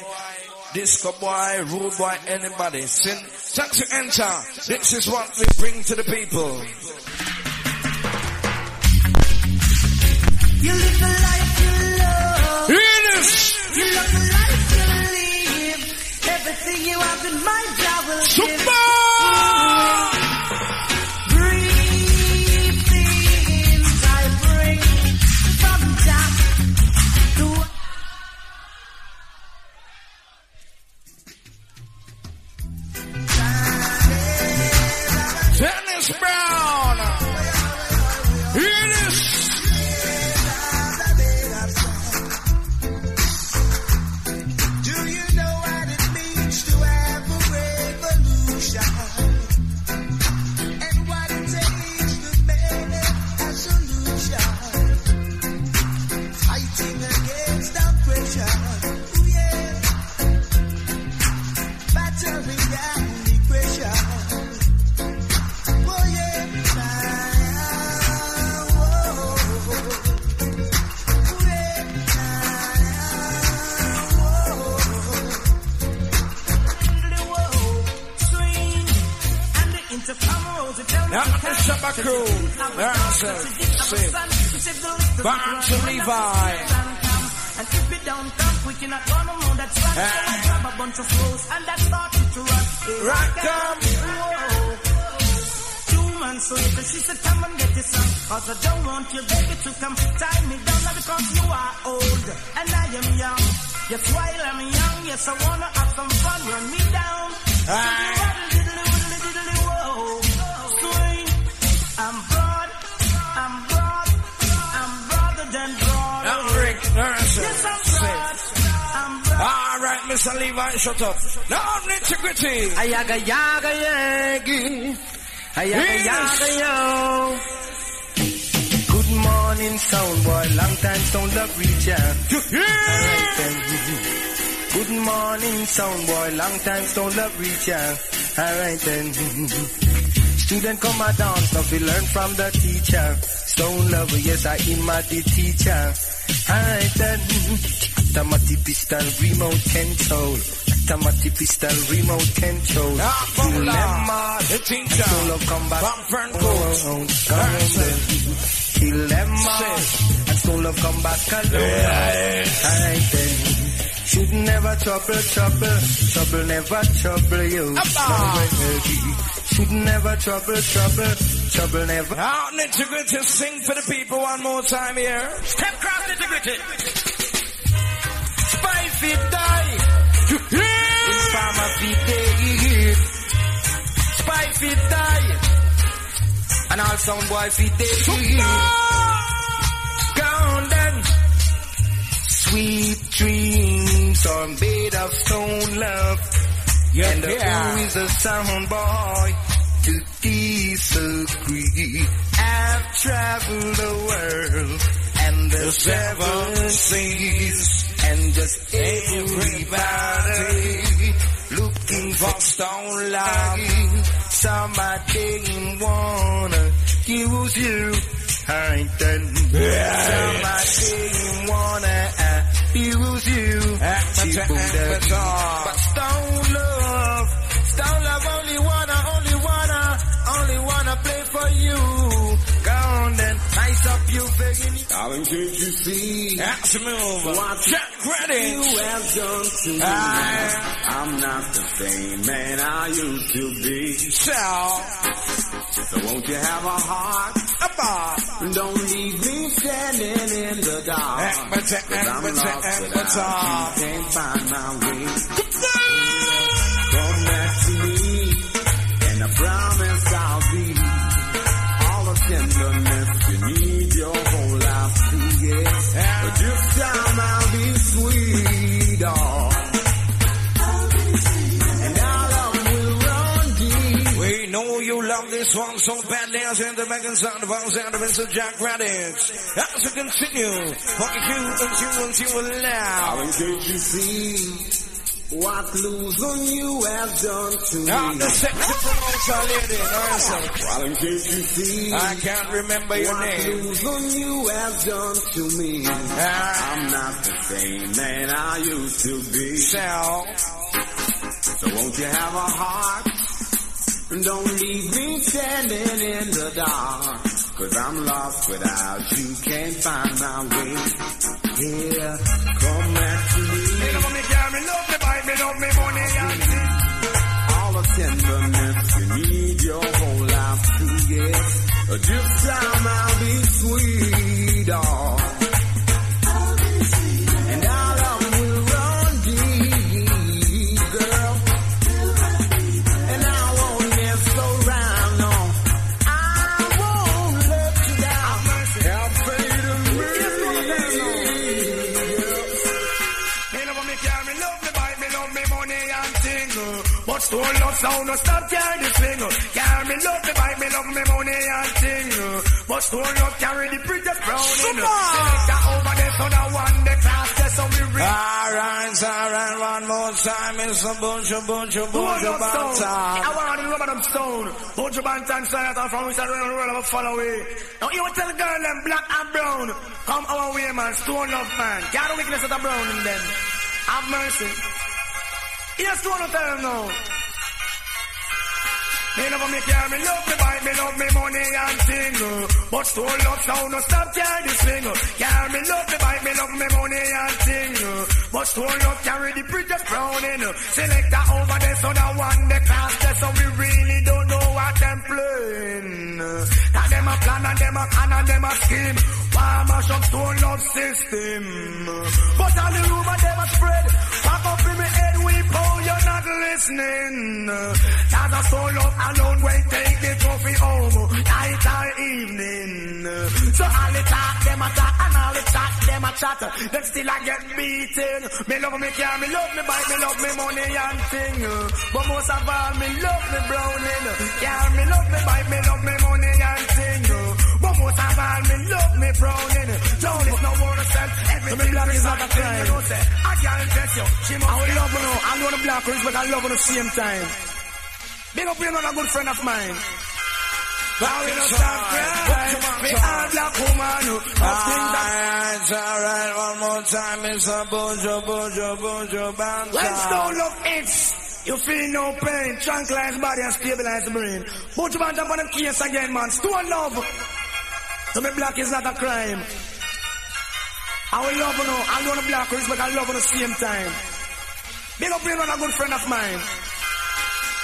T: disco boy, rude boy, anybody. Since time to enter, this is what we bring to the people.
R: You live the life you love.
T: Hear this.
R: You love the life you live. Everything you have in mind, I will Super!
T: Dennis Brown. Hear this.
R: Do you know what it means to have a revolution? And what it takes to make a solution? Fighting against oppression. Ooh, yeah. Battering down depression. Oh, yeah. Now, oh, oh, oh. Ooh, yeah.
T: Now, Mr. Sabaku, there's a sip. Barnes and Levi.
R: And if we don't come quick, you're not gonna know that's right. So I grab a bunch of clothes and I started to rock. it.
T: Rock 'em.
R: Whoa. Two months later, she said, come and get your son. Cause I don't want your baby to come tie me down. Now because you are old and I am young. Yes, while I'm young, yes, I wanna have some fun. Run me down. Diddly-waddle-diddly-waddle-diddly-woe. Swing. I'm broad, I'm broad, I'm broader than broad.
T: I'm Rick. There's a
R: Yes, I'm
T: sip.
R: broad, I'm broad.
T: All right, Mr. Levi, shut up. Now, I'm nitty-gritty.
R: Ayaga yaga yagi. Ayaga
T: Yes.
R: yaga yo. Good morning, sound boy. Long time sound love reach ya. Alright then. Good morning, sound boy. Long time sound love reach ya. Alright then. Student come a dance, now we learn from the teacher. Stone lover, yes, I am my the teacher. Alright then. Tamati pistol remote control. Tamati pistol remote control.
T: Ah,
R: Dilemma.
T: Bumla, the teacher.
R: Soul of combat.
T: Bumfern
R: Oh, oh,
T: Coats.
R: come
T: There's
R: on,
T: a
R: then. Dilemma. And soul of combat color. Alright then. Should never trouble, trouble, trouble never trouble you. Should never trouble, trouble, trouble never.
T: Now, nitty-gritty, sing for the people one more time here.
R: Step cross integrity. Spy feet die. Informer feet dead. Spy feet die. And all sound boy feet dead. Gone then. Sweet dreams are made of stone love. and the
T: yeah.
R: who is a sound boy to disagree. I've traveled the world and the,
T: The seven
R: seven seas and just everybody looking for stone love. Somebody wanna use you. Alright then. Somebody wanna uh, use you. She booted. But stone love, stone love only wanna, only wanna, only wanna play for you. Go on then, nice up you begging you.
T: Darling, can't you see? That's a move.
R: What
T: Jack
R: you
T: Redditch.
R: have done to me.
T: Ah.
R: I'm not the same man I used to be.
T: Sal.
R: So won't you have a heart?
T: A bar.
R: Don't leave me standing in the dark.
T: Equity,
R: Cause I'm
T: equity,
R: lost without
T: equity.
R: you. Can't find my way. Come back to me, and I promise I'll be all the tenderness you need your whole life to get. But this time I'll be sweet, oh. And our love will run deep.
T: We know you love the this one so badly. I sent the back and sound of all sound of Mr. Jack Radix. As we continue, fucking you until until allow. In case you see what losing you have done to Now Ah, the sexy promoter lady, nurse. Well, in case you see, I can't remember your name.
H: Losing you have done to me.
T: Ah.
H: I'm not the same man I used to be.
T: So,
H: won't you have a heart? Don't leave me standing in the dark. Cause I'm lost without you, can't find my way. Here, come back to me. All the tenderness you need your whole life to get. This time I'll be sweet, And our love will run deep, girl. And I won't mess around, no. I won't let you down. Have faith in me.
T: Me love me care, me love me bike, me love me money and thing. But stone love sound, no stop carry the sling. Care me love me bike, me love me money and thing. But stone love carry the prettiest brownie. Selecta over there, so that one the class, that's how we reach. Alright, alright, one more time. It's a bunch of, bunch of, bunch of banter.
H: I want to rub them stone. Bunch of bantam science and from which I run around and follow away. Now you tell girl them black and brown. Come our way, man. Stone love, man. Got the weakness of the brown in them. Have mercy. Yes, one of them now.
T: Me love me care, me love me bike, me love me money and thing. uh. But stole love sound, no stop carry the sling. uh. Care me love me bike, me love me money and thing. uh. But stole love carry the prettiest browning. uh. Selector over there, so that one the class there, so we really don't know what them playing. uh. Cause them a plan and them a con and them a scheme. Why mash up stole love system? uh. But all the rumor them a spread. Back up in me head, we bow, you're not listening. uh. Cause I stole love alone when take the trophy home uh, night or evening. uh. So all the talk them a talk and all the chat them a chat. uh, Them still I get beaten. Me love me car, me love me bike, me love me money and thing. uh. But most of all, me love me browning. uh. Car, me love me bike, me love me money and thing. uh. But most of all, me love me browning. Don't it's no more to sell. Everything
H: black is
T: is
H: not a crime.
T: You know, say, I can't test you. She must
H: I will
T: get-
H: love you now. I know the black ones, but I love you at the same time. Big up you another good friend of mine. Now we don't stop crying. Me all black woman. who have things that-
T: Alright, alright, one more time, it's a bojo, bojo, bojo, banter.
H: When stone love hits, you feel no pain. Tranquilize body and stabilize the brain. Put your hand up on them case again, man. Stone love. To me, black is not a crime. I will love you now. I know the black ones, but I love you at the same time. Big up you know, a good friend of mine.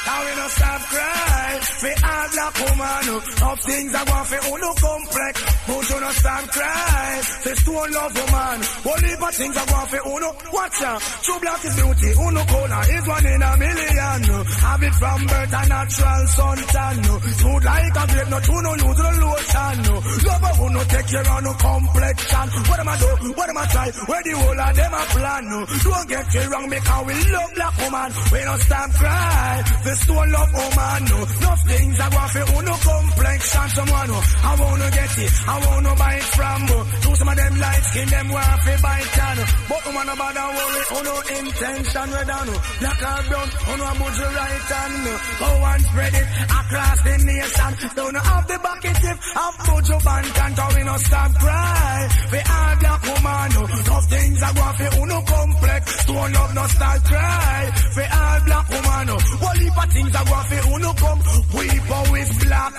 H: Now we don't stop crying. We all black woman. uh, Of things I want for all no complex. But you don't stop crying. Say stone love woman. Only but things I want for all no watch out. True black is beauty. Uno color is one in a million. uh. Have it from birth and natural sun tan. uh. Smooth like a grape. No true no use no lotion. uh. Lover who no take your on no complexion. What am I do? What am I try? Where the whole of them a plan? uh. Don't get me wrong because we love black woman. We don't stop crying. The stone love woman. No, no things I want for no complexion. Someone no, I wanna get it. I wanna buy it from uh. Do some of them light skin them want for buy it on. uh. But woman about that worry. Oh no intention we down. uh. Black or brown. Oh no I'm your right hand. uh. Go and spread it across the nation. Don't have the bucket if I'm Bojo Bantan. Cause we no stop cry. We are black woman. uh. No things I want for no complex. Stone love no start cry. We are black woman. uh. One heap of things I want for who no come. We bow is black.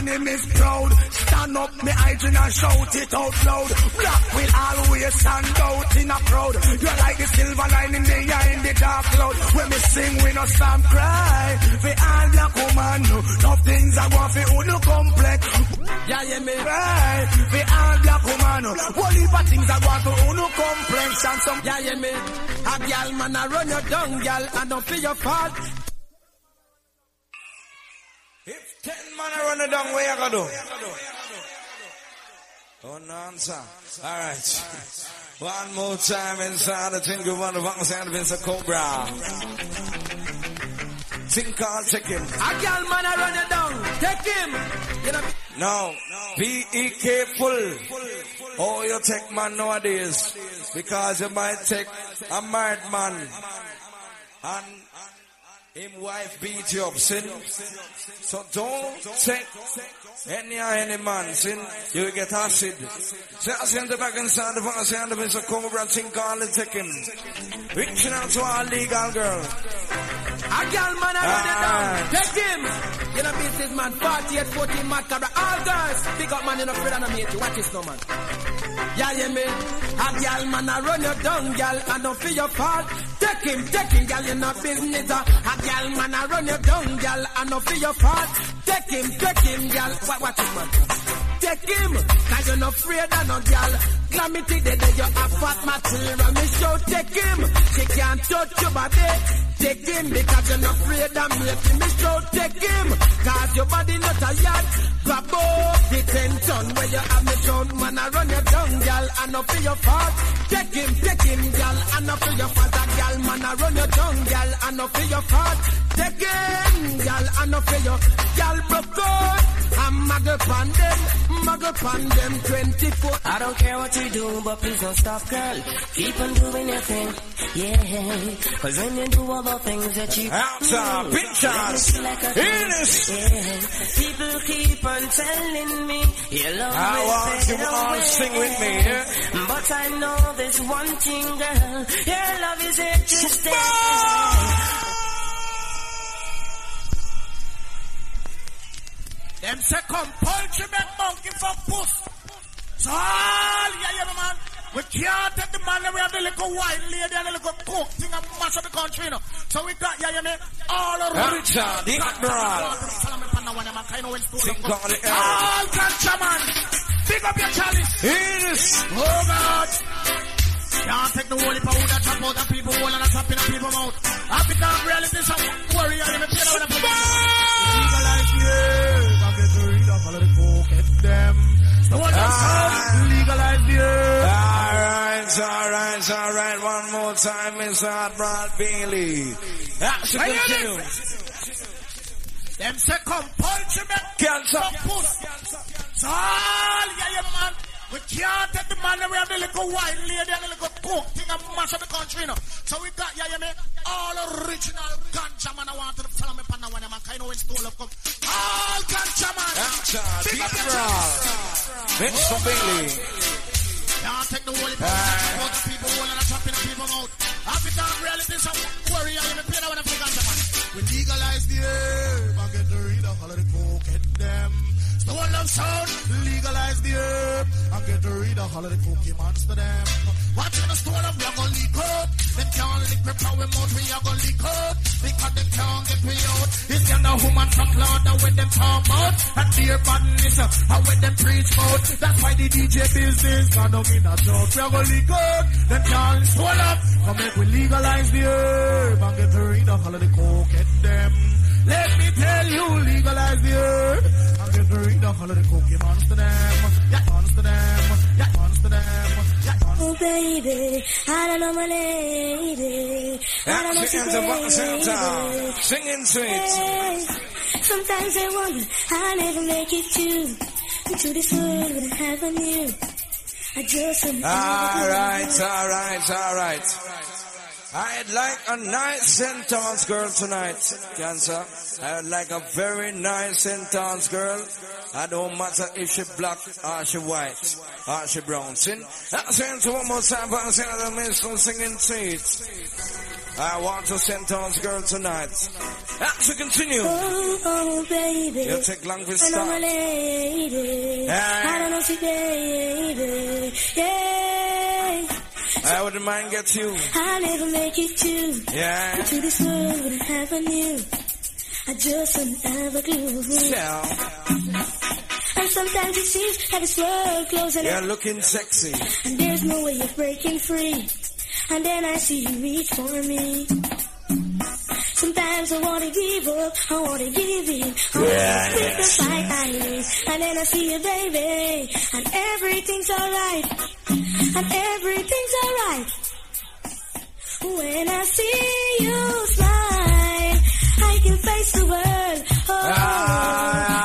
H: Enemies proud. Stand up, me hygiene and shout it out loud. Black will always stand out in a crowd. You're like the silver lining behind the dark cloud. When we sing, we no some cry. We all black woman. no. No things I want for who no complex. Yeah, yeah, me right. We all black woman. no. One heap of things I want for who no complex. And some, yeah, yeah, me. A gal man, I run your down, gal. I don't feel your fault.
T: If ten man are running down, where you gonna do? Oh, no answer. All right. One more time inside the tingle, one of us and Vince a cobra. Think I'll take him.
H: A gal man a run you down.
T: Take him. Now, be careful. Oh, you take man nowadays because you might take a married man and him wife beat you up, sin. So don't take any any man, sin. You will get acid. Say, I send the back inside the front, I send him, so come over and sing, call and take him. Reaching out to our legal girl.
R: A gal man I run it down. Take him. You know business man, 48, 14, mad cabra. All girls, big up man, you know afraid of no mate. Watch this no man. Yeah, yeah, me. A gal man I run you down, gal. I don't feel your fault. Take him, take him, gal. You know business. uh. A gal man I run you down, gal. I don't feel your fault. Take him, take him, gal. Wa- Watch this man. Take him, cause you're not afraid of no gal. Glamity, they they you're a fat material. Me show take him, she can't touch your body. Take him, because you're not afraid of me. Me show take him, cause your body not a yard. Grab up the ten ton where you have me down. Man, I run you down, gal, I know for your fault. Take him, take him, gal, I know for your fault. That gal, man, I run you down, gal, I know for your fault. Take him, gal, I know for your, gal, broke out. I'm muggle pan them, muggle pan them 24. I don't care what you do, but please don't stop, girl. Keep on doing your thing, yeah. Cause when you do all the things that you
T: Outside, pictures. In this.
R: People keep on telling me you love
T: I
R: me,
T: want
R: fade
T: you all
R: away.
T: sing with me, yeah.
R: But I know there's one thing, girl. Your love is here to stay.
E: Them say compulsion make monkey for puss. So all yeah, yeah, man. We can't take the man away of the little white lady and the little cook thing and mash up the country, you know. So we got, yeah, yeah, man, all around.
T: Richard, the Admiral.
E: Sing
T: down the air.
E: All culture, man. Pick up your chalice. Oh, God. Can't take the holy power that drop out of people, all and a drop in a people mouth. I become reality, so worry, I'm a pillar with a Legalize, yeah. I get rid of all of the coke, them. So what
T: Ah.
E: I'm legalize, yeah.
T: Alright, alright, alright. One more time, Mr. Admiral Bailey. Action
E: Are you
T: continue.
E: Them say compulsion make
T: Cancer.
E: puss. It's all yeah, yeah, man. We can't take the man away of the little white lady and the little cook thing and mash up the country, you know. So we got, yeah, yeah, man, all original ganja man. I want to follow me pan one, man. Kind of when stole up come. All ganja man.
T: Ganja,
E: Big up
T: deep
E: your
T: brown.
E: chest.
T: Mr.
E: Oh,
T: Bailey.
E: Can't take the holy power. Put the people all and trap in the people out. Africa reality is a worry. I'm in pain. I want to play ganja man. We legalize the herb and get rid of all of the coke and them. So one love sound. Legalize the herb and get rid of all of the cookie monster them. Watch the store of we are gonna leak up. Them can't lick the power mouth. We are gonna leak up because them can't get me out. It's the other woman from Florida when them talk about and dear badness uh, and when them preach about. That's why the DJ business gone down in a drought. We are gonna leak out. Them can't swallow up. Come make we legalize the herb and get rid of all of the coke and them. Let me tell you, legalize the herb and get rid of all of the cookie monster them. Yeah, monster them. Yeah, monster them. Yeah,
O: Oh baby, I don't know my lady. I don't know
T: Action at the one same time. Singing sweet.
O: Sometimes I wonder I'll never make it to to this world without having you. I just am
T: Alright, alright, alright. I'd like a nice St. John's girl tonight, Cancer. I'd like a very nice St. John's girl. I don't matter if she black or she white or she brown. Sing, I sing to one more time, but I sing to the minstrel singing seats. I want a St. John's girl tonight. And to continue.
O: Oh, oh baby,
T: You take long for
O: I know my
T: start.
O: lady.
T: Yeah.
O: I don't know she baby. Yeah,
T: I wouldn't mind get you.
O: I'll never make it to
T: Yeah.
O: to this world without having you. I just don't have a clue.
T: So,
O: And sometimes it seems like this world closing
T: you're
O: up.
T: looking sexy.
O: And there's no way you're breaking free. And then I see you reach for me. Sometimes I wanna give up, I wanna give in. I wanna
T: Yeah,
O: quit the
T: yes.
O: fight I lose. And then I see you, baby. And everything's alright. And everything's alright. When I see you smile, I can face the world. Oh,
T: Ah,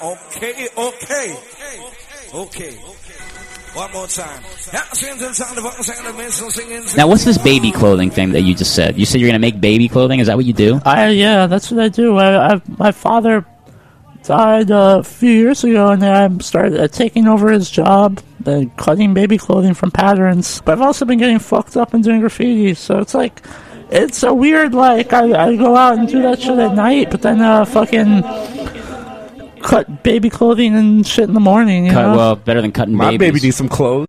T: Okay, okay, okay. One more time.
D: Now, what's this baby clothing thing that you just said? You said you're going to make baby clothing. Is that what you do?
B: I yeah, that's what I do. I, I my father died uh, a few years ago, and I started uh, taking over his job and cutting baby clothing from patterns. But I've also been getting fucked up and doing graffiti, so it's like. It's a weird, like, I, I go out and do that shit at night, but then, uh, fucking cut baby clothing and shit in the morning, you
D: Cut,
B: know?
D: well, better than cutting
B: My
D: babies.
B: baby needs
D: some clothes.